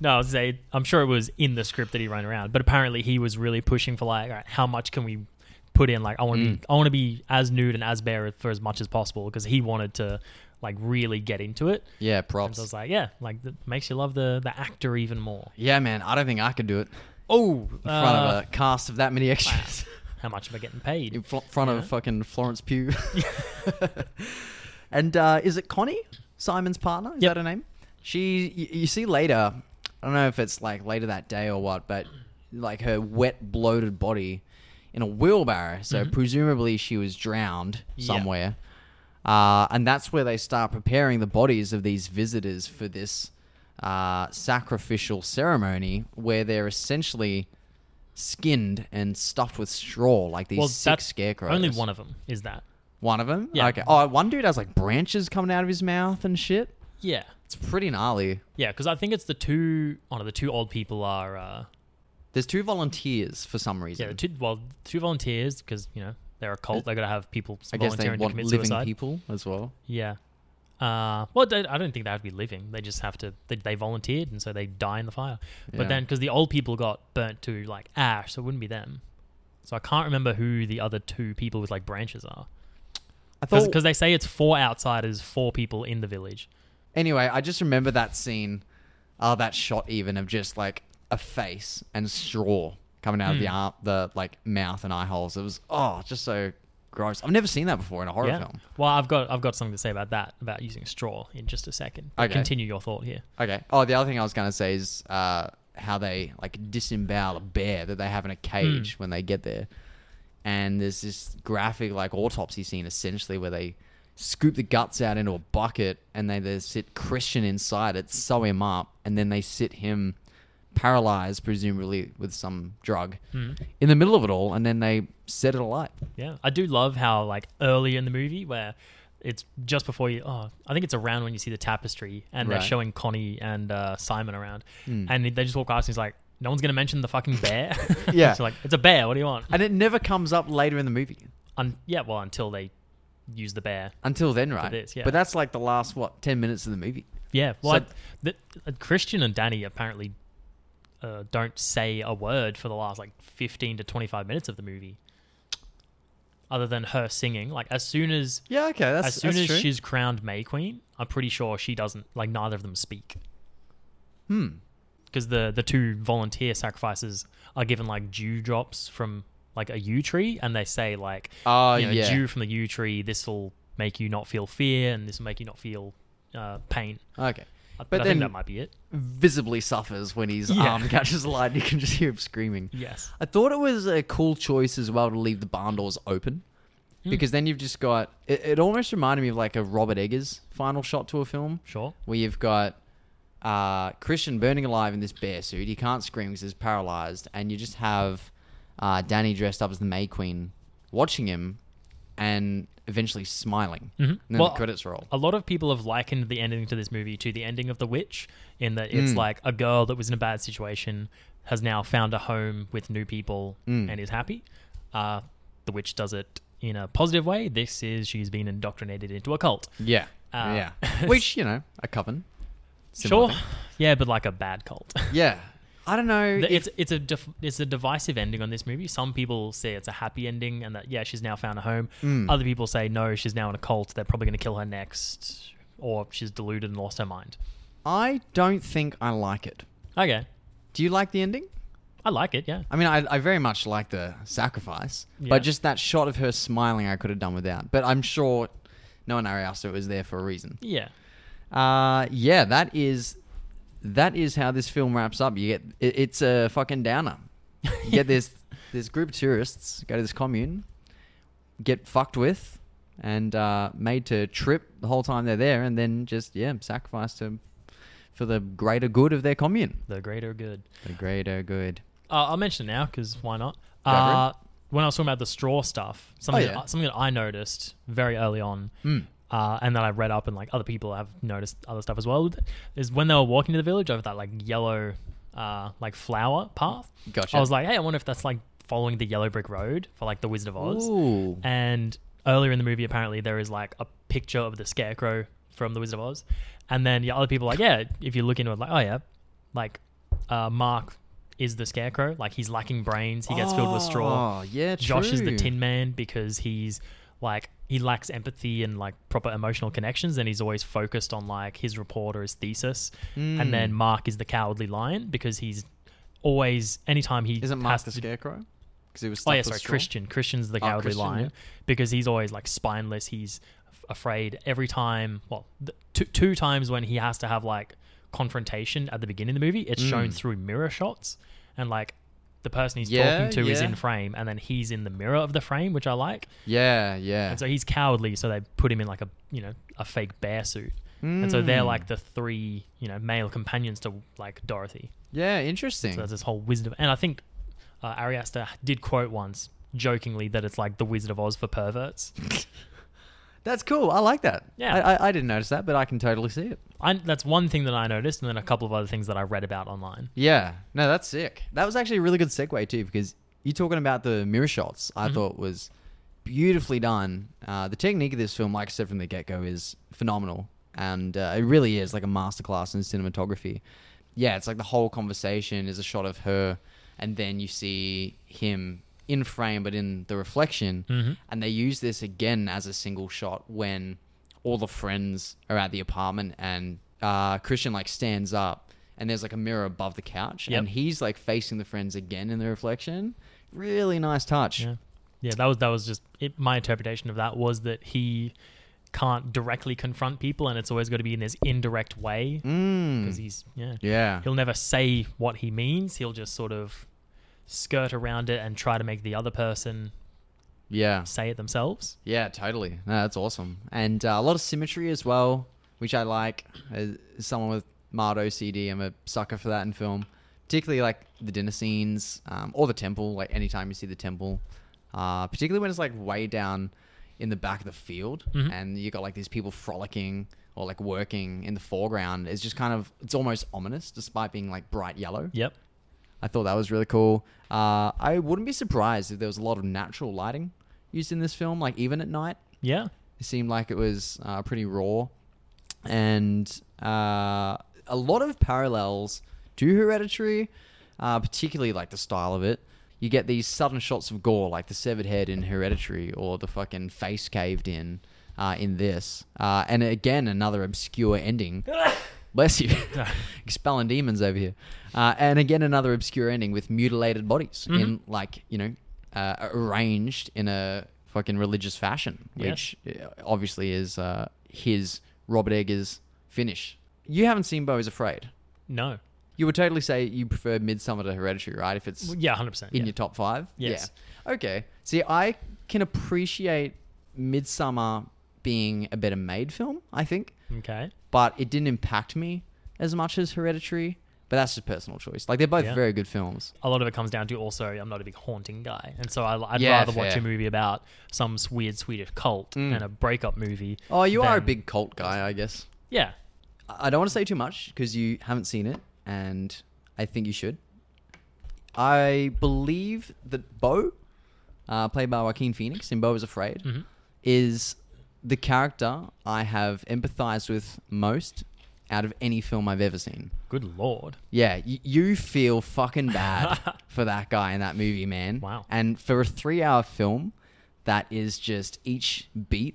Speaker 2: no, I was say I'm sure it was in the script that he ran around, but apparently he was really pushing for like all right, how much can we put in? Like I want to
Speaker 1: Mm.
Speaker 2: be I want to be as nude and as bare for as much as possible because he wanted to like really get into it.
Speaker 1: Yeah,
Speaker 2: And so I
Speaker 1: props.
Speaker 2: was like, yeah, like that makes you love the the actor even more.
Speaker 1: Yeah, man, I don't think I could do it
Speaker 2: Oh,
Speaker 1: in front of a cast of that many extras. (laughs)
Speaker 2: how much am I getting paid?
Speaker 1: In fl- front of fucking Florence
Speaker 2: (laughs)
Speaker 1: Pugh. (laughs) and uh, is it Connie, Simon's partner? Is
Speaker 2: Yep.
Speaker 1: that her name? She, you, you see later, I don't know if it's like later that day or what, but like her wet, bloated body in a wheelbarrow. So presumably she was drowned
Speaker 2: Mm-hmm. Yeah.
Speaker 1: somewhere. Uh, and that's where they start preparing the bodies of these visitors for this uh, sacrificial ceremony where they're essentially skinned and stuffed with straw like these
Speaker 2: well,
Speaker 1: six
Speaker 2: that's
Speaker 1: scarecrows.
Speaker 2: Only one of them is that.
Speaker 1: One of them?
Speaker 2: Yeah.
Speaker 1: Okay. Oh, one dude has like branches coming out of his mouth and shit.
Speaker 2: Yeah.
Speaker 1: It's pretty gnarly.
Speaker 2: Yeah, because I think it's the two. Oh no, the two old people are. Uh,
Speaker 1: There's two volunteers for some
Speaker 2: yeah, the
Speaker 1: reason.
Speaker 2: two well, two volunteers because you know they're a cult. They got to have people
Speaker 1: Uh, I guess they
Speaker 2: volunteering to
Speaker 1: want
Speaker 2: commit
Speaker 1: living
Speaker 2: suicide.
Speaker 1: people as well.
Speaker 2: Yeah. Uh, well, they, I don't think they have to be living. They just have to. They, they volunteered, and so they die in the fire.
Speaker 1: Yeah.
Speaker 2: But then, because the old people got burnt to like ash, so it wouldn't be them. So I can't remember who the other two people with like branches are,
Speaker 1: I
Speaker 2: because
Speaker 1: thought.
Speaker 2: they say it's four outsiders, four people in the village.
Speaker 1: anyway, I just remember that scene, uh, that shot even of just like a face and straw coming out of the ar- the like mouth and eye holes. It was oh, just so gross. I've never seen that before in a horror
Speaker 2: yeah.
Speaker 1: film.
Speaker 2: Well, I've got I've got something to say about that about using straw in just a second. But
Speaker 1: Okay.
Speaker 2: Continue your thought here.
Speaker 1: Okay. Oh, the other thing I was going to say is uh, how they like disembowel a bear that they have in a cage
Speaker 2: Hmm.
Speaker 1: when they get there, and there's this graphic like autopsy scene essentially where they scoop the guts out into a bucket and they, they sit Christian inside it, sew him up, and then they sit him paralyzed, presumably with some drug,
Speaker 2: Hmm.
Speaker 1: in the middle of it all, and then they set it alight.
Speaker 2: Yeah, I do love how like early in the movie where it's just before you. Oh, I think it's around when you see the tapestry and
Speaker 1: Right. Hmm.
Speaker 2: they're showing Connie and uh, Simon around, and they just walk past. and He's like, "No one's gonna mention the fucking bear."
Speaker 1: (laughs) Yeah.
Speaker 2: so like (laughs) it's a bear. What do you want?
Speaker 1: And it never comes up later in the movie.
Speaker 2: Un- yeah, well, until they use the bear.
Speaker 1: Until then, right?
Speaker 2: this, yeah.
Speaker 1: But that's like the last what ten minutes of the movie.
Speaker 2: Yeah, well,
Speaker 1: So-
Speaker 2: I- th- uh, Christian and Danny apparently uh, don't say a word for the last like fifteen to twenty-five minutes of the movie, other than her singing. Like as soon as
Speaker 1: Yeah, okay. That's
Speaker 2: as soon
Speaker 1: that's
Speaker 2: as
Speaker 1: true.
Speaker 2: she's Hmm. crowned May Queen, I'm pretty sure she doesn't like neither of them speak. because the the two volunteer sacrifices are given like dew drops from like a yew tree, and they say like
Speaker 1: Oh,
Speaker 2: you know,
Speaker 1: yeah.
Speaker 2: dew from the yew tree. This will make you not feel fear, and this will make you not feel uh, pain.
Speaker 1: Okay.
Speaker 2: But,
Speaker 1: But
Speaker 2: I
Speaker 1: then
Speaker 2: think that might be it.
Speaker 1: visibly suffers when his
Speaker 2: Yeah.
Speaker 1: arm catches the light and you can just hear him screaming.
Speaker 2: Yes.
Speaker 1: I thought it was a cool choice as well to leave the barn doors open
Speaker 2: Hmm.
Speaker 1: because then you've just got it, it almost reminded me of like a Robert Eggers final shot to a film
Speaker 2: Sure.
Speaker 1: where you've got uh, Christian burning alive in this bear suit. He can't scream because he's paralyzed, and you just have uh, Danny dressed up as the May Queen watching him and eventually smiling. And then
Speaker 2: Mm-hmm. Well,
Speaker 1: the credits roll.
Speaker 2: A lot of people have likened the ending to this movie to the ending of The Witch, in that it's like a girl that was in a bad situation has now found a home with new people and is happy. Uh, the Witch does it in a positive way. This is she's been indoctrinated into a cult.
Speaker 1: Yeah.
Speaker 2: Uh, (laughs)
Speaker 1: yeah. Which, you know, a coven. Similar
Speaker 2: sure.
Speaker 1: thing.
Speaker 2: Yeah, but like a bad cult.
Speaker 1: Yeah. I don't know.
Speaker 2: (laughs) The-
Speaker 1: if-
Speaker 2: it's it's a def- it's a divisive ending on this movie. Some people say it's a happy ending and that yeah she's now found a home. Other people say no she's now in a cult. They're probably going to kill her next, or she's deluded and lost her mind.
Speaker 1: I don't think I like it.
Speaker 2: Okay,
Speaker 1: Do you like the ending?
Speaker 2: I like it. Yeah,
Speaker 1: I mean, I, I very much like the sacrifice,
Speaker 2: Yeah.
Speaker 1: but just that shot of her smiling, I could have done without. But I'm sure no one else it was there for a reason.
Speaker 2: yeah,
Speaker 1: Uh, yeah, that is that is how this film wraps up. You get it, it's a fucking downer. You get this (laughs) this group of tourists go to this commune, get fucked with, and uh, made to trip the whole time they're there, and then just yeah, sacrifice to for the greater good of their commune.
Speaker 2: (laughs) the greater good.
Speaker 1: The greater good.
Speaker 2: Uh, I'll mention it now because why not?
Speaker 1: Go for it. Oh,
Speaker 2: Uh, when I was talking about the straw stuff, something
Speaker 1: yeah.
Speaker 2: that, something that I noticed very early on,
Speaker 1: Mm.
Speaker 2: uh, and that I read up and like other people have noticed other stuff as well, with it, is when they were walking to the village over that like yellow, uh, like flower path.
Speaker 1: Gotcha.
Speaker 2: I was like, hey, I wonder if that's like following the yellow brick road for like the Wizard of Oz.
Speaker 1: Ooh.
Speaker 2: And earlier in the movie, apparently there is like a picture of the Scarecrow from the Wizard of Oz, and then yeah, other people are like, yeah, if you look into it, like, oh yeah, like uh, Mark is the Scarecrow, like he's lacking brains, he gets filled with straw.
Speaker 1: Oh, yeah,
Speaker 2: Josh is the
Speaker 1: true.
Speaker 2: Tin Man because he's like he lacks empathy and like proper emotional connections, and he's always focused on like his report or his thesis. And
Speaker 1: Hmm.
Speaker 2: then Mark is the Cowardly Lion because he's always anytime he
Speaker 1: Isn't Mark
Speaker 2: has
Speaker 1: the
Speaker 2: to-
Speaker 1: scarecrow? Because he was
Speaker 2: Oh
Speaker 1: stuffed
Speaker 2: yeah,
Speaker 1: with
Speaker 2: sorry,
Speaker 1: straw?
Speaker 2: Christian. Christian's the cowardly
Speaker 1: Oh, Christian,
Speaker 2: lion
Speaker 1: yeah.
Speaker 2: because he's always like spineless. He's f- afraid every time. Well, th- two, two times when he has to have like confrontation at the beginning of the movie,
Speaker 1: Mm.
Speaker 2: it's shown through mirror shots and like the person he's
Speaker 1: Yeah,
Speaker 2: talking to is
Speaker 1: yeah.
Speaker 2: in frame and then he's in the mirror of the frame, which I like.
Speaker 1: Yeah, yeah.
Speaker 2: And so he's cowardly, so they put him in like a you know a fake bear suit. And so
Speaker 1: Mm.
Speaker 2: they're like the three you know male companions to like Dorothy.
Speaker 1: yeah, interesting.
Speaker 2: So there's this whole Wizard of, and I think uh, Ari Aster did quote once jokingly that it's like the Wizard of Oz
Speaker 1: (laughs)
Speaker 2: for perverts.
Speaker 1: That's cool. I like that.
Speaker 2: Yeah.
Speaker 1: I, I, I didn't notice that, but I can totally see it.
Speaker 2: I, that's one thing that I noticed, and then a couple of other things that I read about online.
Speaker 1: Yeah. No, that's sick. That was actually a really good segue, too, because you talking about the mirror shots, I thought was beautifully done. Uh, the technique of this film, like I said from the get go, is phenomenal. And uh, it really is like a masterclass in cinematography. Yeah, it's like the whole conversation is a shot of her, and then you see him in frame, but in the reflection. And they use this again as a single shot when all the friends are at the apartment and uh, Christian like stands up and there's like a mirror above the couch
Speaker 2: Yep.
Speaker 1: and he's like facing the friends again in the reflection. Really nice touch.
Speaker 2: Yeah, yeah, that was that was just it, my interpretation of that was that he can't directly confront people, and it's always got to be in this indirect way
Speaker 1: Mm.
Speaker 2: because he's yeah
Speaker 1: Yeah.
Speaker 2: he'll never say what he means. He'll just sort of skirt around it and try to make the other person
Speaker 1: Yeah.
Speaker 2: say it themselves.
Speaker 1: Yeah, totally. No, that's awesome. And uh, a lot of symmetry as well, which I like. As someone with mild OCD, I'm a sucker for that in film. Particularly like the dinner scenes um, or the temple, like anytime you see the temple. Uh, particularly when it's like way down in the back of the field and you got like these people frolicking or like working in the foreground. It's just kind of, it's almost ominous despite being like bright yellow.
Speaker 2: Yep.
Speaker 1: I thought that was really cool. Uh, I wouldn't be surprised if there was a lot of natural lighting used in this film, like even at night.
Speaker 2: Yeah.
Speaker 1: It seemed like it was uh, pretty raw, and uh, a lot of parallels to Hereditary, uh, particularly like the style of it. You get these sudden shots of gore, like the severed head in Hereditary, or the fucking face caved in uh, in this. Uh, and again, another obscure ending Bless
Speaker 2: (laughs)
Speaker 1: you. (laughs)
Speaker 2: No.
Speaker 1: Expelling demons over here. Uh, and again, another obscure ending with mutilated bodies in,
Speaker 2: Mm-hmm.
Speaker 1: like, you know, uh, arranged in a fucking religious fashion,
Speaker 2: Yes.
Speaker 1: which uh, obviously is uh, his Robert Eggers finish. You haven't seen Bo is Afraid.
Speaker 2: No.
Speaker 1: You would totally say you prefer Midsummer to Hereditary, right? If it's
Speaker 2: Well, yeah, hundred percent.
Speaker 1: in
Speaker 2: Yeah.
Speaker 1: your top five?
Speaker 2: Yes.
Speaker 1: Yeah. Okay. See, I can appreciate Midsummer being a better made film, I think,
Speaker 2: Okay.
Speaker 1: but it didn't impact me as much as Hereditary. But that's just personal choice. Like they're both
Speaker 2: Yeah.
Speaker 1: very good films.
Speaker 2: A lot of it comes down to also I'm not a big haunting guy, and so I, would
Speaker 1: Yeah,
Speaker 2: rather watch
Speaker 1: fair.
Speaker 2: a movie about some s- weird Swedish cult
Speaker 1: Mm.
Speaker 2: and a breakup movie.
Speaker 1: Oh, you are a
Speaker 2: than-
Speaker 1: big cult guy, I guess.
Speaker 2: yeah.
Speaker 1: I I don't want to say too much because you haven't seen it, and I think you should. I believe that Bo, uh, played by Joaquin Phoenix in Bo is Afraid,
Speaker 2: Mhm.
Speaker 1: is the character I have empathized with most out of any film I've ever seen.
Speaker 2: Good lord.
Speaker 1: Yeah, you, you feel fucking bad for that guy in that movie, man.
Speaker 2: Wow.
Speaker 1: And for a three hour film, that is just each beat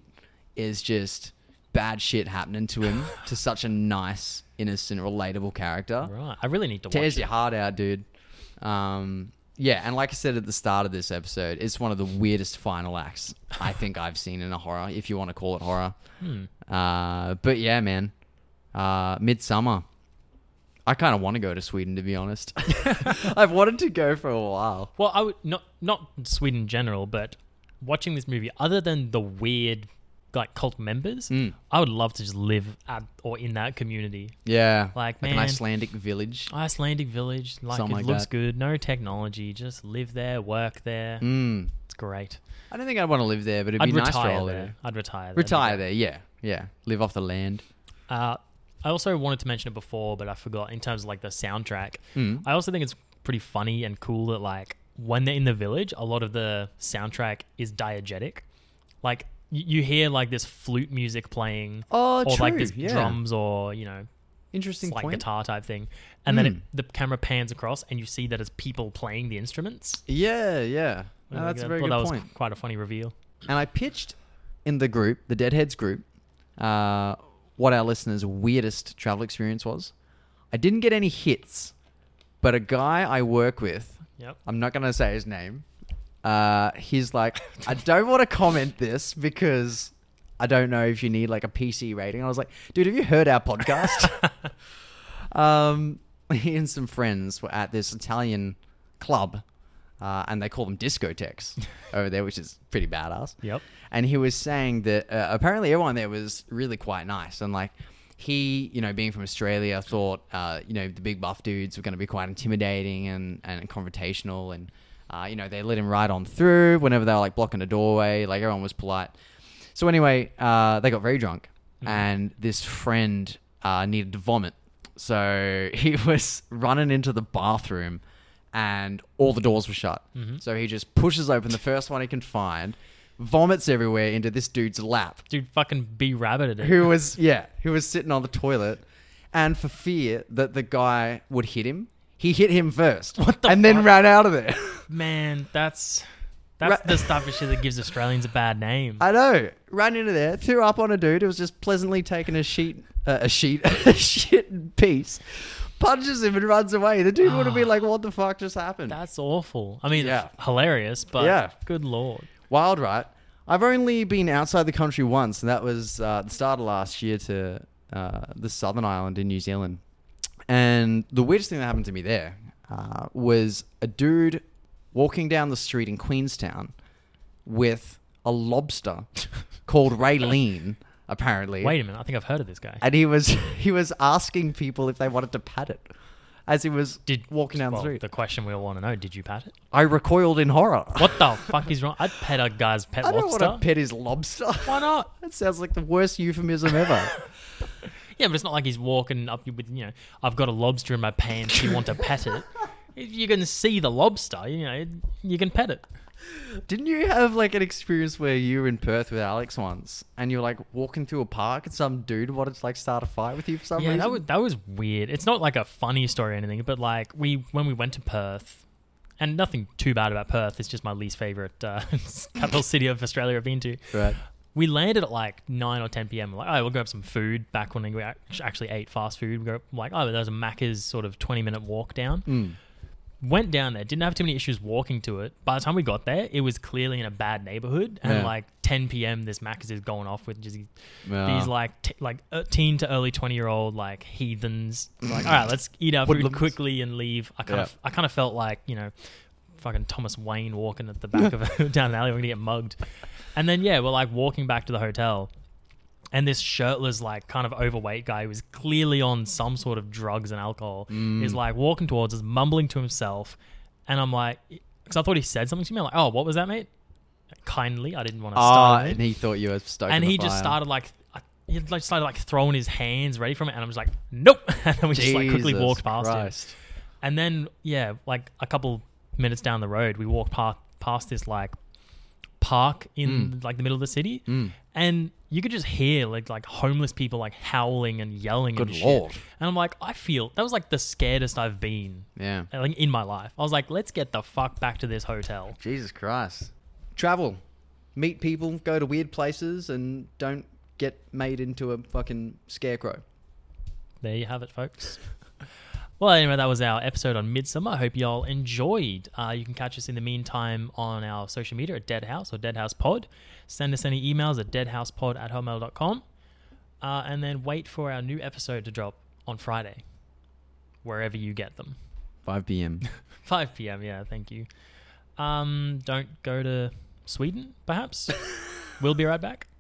Speaker 1: is just bad shit happening to him to such a nice, innocent, relatable character.
Speaker 2: Right. I really need to watch
Speaker 1: Tears
Speaker 2: it.
Speaker 1: your heart out, dude. Um, yeah, and like I said at the start of this episode, it's one of the weirdest final acts I think
Speaker 2: (laughs)
Speaker 1: I've seen in a horror, if you want to call it horror.
Speaker 2: Hmm.
Speaker 1: Uh, but yeah, man, uh, Midsummer. I kind of want to go to Sweden, to be
Speaker 2: (laughs)
Speaker 1: honest. (laughs) I've wanted to go for a while.
Speaker 2: Well, I would not not Sweden in general, but watching this movie, other than the weird like cult members,
Speaker 1: Mm.
Speaker 2: I would love to just live at or in that community.
Speaker 1: Yeah,
Speaker 2: Like,
Speaker 1: an
Speaker 2: man.
Speaker 1: Icelandic village.
Speaker 2: Icelandic village, like
Speaker 1: Something
Speaker 2: it
Speaker 1: like
Speaker 2: looks
Speaker 1: that.
Speaker 2: good, no technology, just live there, work there.
Speaker 1: Mm.
Speaker 2: It's great.
Speaker 1: I don't think I'd want to live there, but it'd
Speaker 2: I'd
Speaker 1: be nice for a
Speaker 2: retire
Speaker 1: holiday.
Speaker 2: there. I'd retire there.
Speaker 1: Retire there, yeah, yeah. Live off the land.
Speaker 2: Uh, I also wanted to mention it before, but I forgot. In terms of like the soundtrack,
Speaker 1: Mm.
Speaker 2: I also think it's pretty funny and cool that like when they're in the village, a lot of the soundtrack is diegetic. Like y- you hear like this flute music playing,
Speaker 1: Oh,
Speaker 2: or
Speaker 1: true.
Speaker 2: like this
Speaker 1: yeah.
Speaker 2: drums, or you know,
Speaker 1: Interesting
Speaker 2: like
Speaker 1: point.
Speaker 2: guitar type thing, and then it,
Speaker 1: Mm.
Speaker 2: the camera pans across, and you see that it's people playing the instruments.
Speaker 1: Yeah, yeah.
Speaker 2: I
Speaker 1: No,
Speaker 2: think
Speaker 1: Oh, that's a
Speaker 2: that-
Speaker 1: very
Speaker 2: thought
Speaker 1: good
Speaker 2: that
Speaker 1: point.
Speaker 2: was quite a funny reveal.
Speaker 1: And I pitched in the group, the Deadheads group, uh, what our listeners' weirdest travel experience was. I didn't get any hits, but a guy I work with,
Speaker 2: Yep.
Speaker 1: I'm not going to say his name, uh, he's like, I don't want to comment this because I don't know if you need like a PC rating. I was like, dude, have you heard our podcast? um, he and some friends were at this Italian club, uh, and they call them discotheques over there, which is pretty badass.
Speaker 2: Yep.
Speaker 1: And he was saying that uh, apparently everyone there was really quite nice, and like he, you know, being from Australia, thought uh, you know the big buff dudes were going to be quite intimidating and and confrontational, and uh, you know they let him right on through whenever they were like blocking a doorway. Like everyone was polite. So anyway, uh, they got very drunk, and this friend uh, needed to vomit. So (laughs) he was running into the bathroom, and all the doors were shut.
Speaker 2: Mm-hmm.
Speaker 1: So he just pushes open the first one he can find, vomits everywhere into this dude's lap,
Speaker 2: Dude, fucking be rabbited it.
Speaker 1: who
Speaker 2: (laughs)
Speaker 1: was yeah, who was sitting on the toilet, and for fear that the guy would hit him, he hit him first,
Speaker 2: What the
Speaker 1: and then
Speaker 2: fuck?
Speaker 1: ran out of there. (laughs)
Speaker 2: Man, that's that's
Speaker 1: Ra-
Speaker 2: the stuff of shit that gives Australians a bad name.
Speaker 1: I know. Ran into there, threw up on a dude who was just pleasantly taking a sheet, uh, a sheet, (laughs) a shit piece, punches him and runs away. The dude would have
Speaker 2: Ah.
Speaker 1: been like, "What the fuck just happened?"
Speaker 2: That's awful. I mean,
Speaker 1: Yeah.
Speaker 2: hilarious, but
Speaker 1: Yeah.
Speaker 2: good lord.
Speaker 1: Wild, right? I've only been outside the country once, and that was uh, the start of last year to uh, the Southern Island in New Zealand. And the weirdest thing that happened to me there uh, was a dude walking down the street in Queenstown with a
Speaker 2: (laughs)
Speaker 1: lobster called Raylene, apparently.
Speaker 2: Wait a minute, I think I've heard of this guy.
Speaker 1: and he was (laughs) he was asking people if they wanted to pat it as he was
Speaker 2: Did
Speaker 1: walking down
Speaker 2: well,
Speaker 1: the street.
Speaker 2: The question we all want to know: Did you pat it?
Speaker 1: I recoiled in horror.
Speaker 2: What
Speaker 1: (laughs)
Speaker 2: the fuck is wrong? I'd pet a guy's pet
Speaker 1: I don't
Speaker 2: lobster.
Speaker 1: want to pet his lobster.
Speaker 2: Why not?
Speaker 1: (laughs) That sounds like the worst euphemism
Speaker 2: (laughs)
Speaker 1: ever.
Speaker 2: Yeah, but it's not like he's walking up with you know. I've got a lobster in my pants. You want to
Speaker 1: (laughs)
Speaker 2: pet it? If you can see the lobster, you know you can pet it.
Speaker 1: Didn't you have like an experience where you were in Perth with Alex once and you were like walking through a park and some dude wanted to like start a fight with you for some
Speaker 2: yeah,
Speaker 1: reason?
Speaker 2: that was that was weird. It's not like a funny story or anything, but like we when we went to Perth, and (laughs) nothing too bad about Perth. It's just my least favorite uh, capital city of Australia I've been to.
Speaker 1: right.
Speaker 2: we landed at like 9 or 10 p.m. Like, oh, we'll grab some food back when we act- actually ate fast food. We go, like, oh, there's a Macca's sort of 20 minute walk down.
Speaker 1: Mm.
Speaker 2: Went down there, didn't have too many issues walking to it. By the time we got there, it was clearly in a bad neighborhood. And
Speaker 1: Yeah.
Speaker 2: like 10 p.m., this Macca's is going off with just
Speaker 1: Yeah.
Speaker 2: these like t- like uh, teen to early 20 year old like heathens. Like, all right, let's eat our food
Speaker 1: Woodlands.
Speaker 2: quickly and leave. I kind
Speaker 1: Yeah.
Speaker 2: of I kind of felt like, you know, fucking Thomas Wayne walking at the back of a, (laughs) down an alley. We're gonna get mugged. And then yeah, we're like walking back to the hotel, and this shirtless, like kind of overweight guy who was clearly on some sort of drugs and alcohol
Speaker 1: Mm.
Speaker 2: is like walking towards us, mumbling to himself, and I'm like, because I thought he said something to me. I'm like, oh, what was that, mate? Kindly, I didn't want to.
Speaker 1: Ah,
Speaker 2: start
Speaker 1: and he thought you were stoking
Speaker 2: and
Speaker 1: the
Speaker 2: he just
Speaker 1: fire.
Speaker 2: started like I- he like started like throwing his hands ready from it, and I'm just like, nope, (laughs) and then we just like quickly
Speaker 1: Jesus
Speaker 2: walked past him.
Speaker 1: Christ.
Speaker 2: And then yeah, like a couple minutes down the road, we walked past past this like park in
Speaker 1: Hmm.
Speaker 2: like the middle of the city, and you could just hear like like homeless people like howling and yelling.
Speaker 1: Good
Speaker 2: and
Speaker 1: lord.
Speaker 2: shit. And I'm like, I feel that was like the scaredest I've been uh,
Speaker 1: Yeah.
Speaker 2: like in my life. I was like, let's get the fuck back to this hotel.
Speaker 1: Jesus Christ. Travel. Meet people, go to weird places, and don't get made into a fucking scarecrow.
Speaker 2: There you have it, folks. (laughs) well, anyway, that was our episode on Midsummer. I hope y'all enjoyed. Uh, you can catch us in the meantime on our social media at Dead House or Dead House Pod. Send us any emails at deadhousepod at hotmail.com. Uh, and then wait for our new episode to drop on Friday, wherever you get them. (laughs)
Speaker 1: 5 p.m.
Speaker 2: 5 p.m. Yeah, thank you. Um, don't go to Sweden, perhaps. we'll be right back.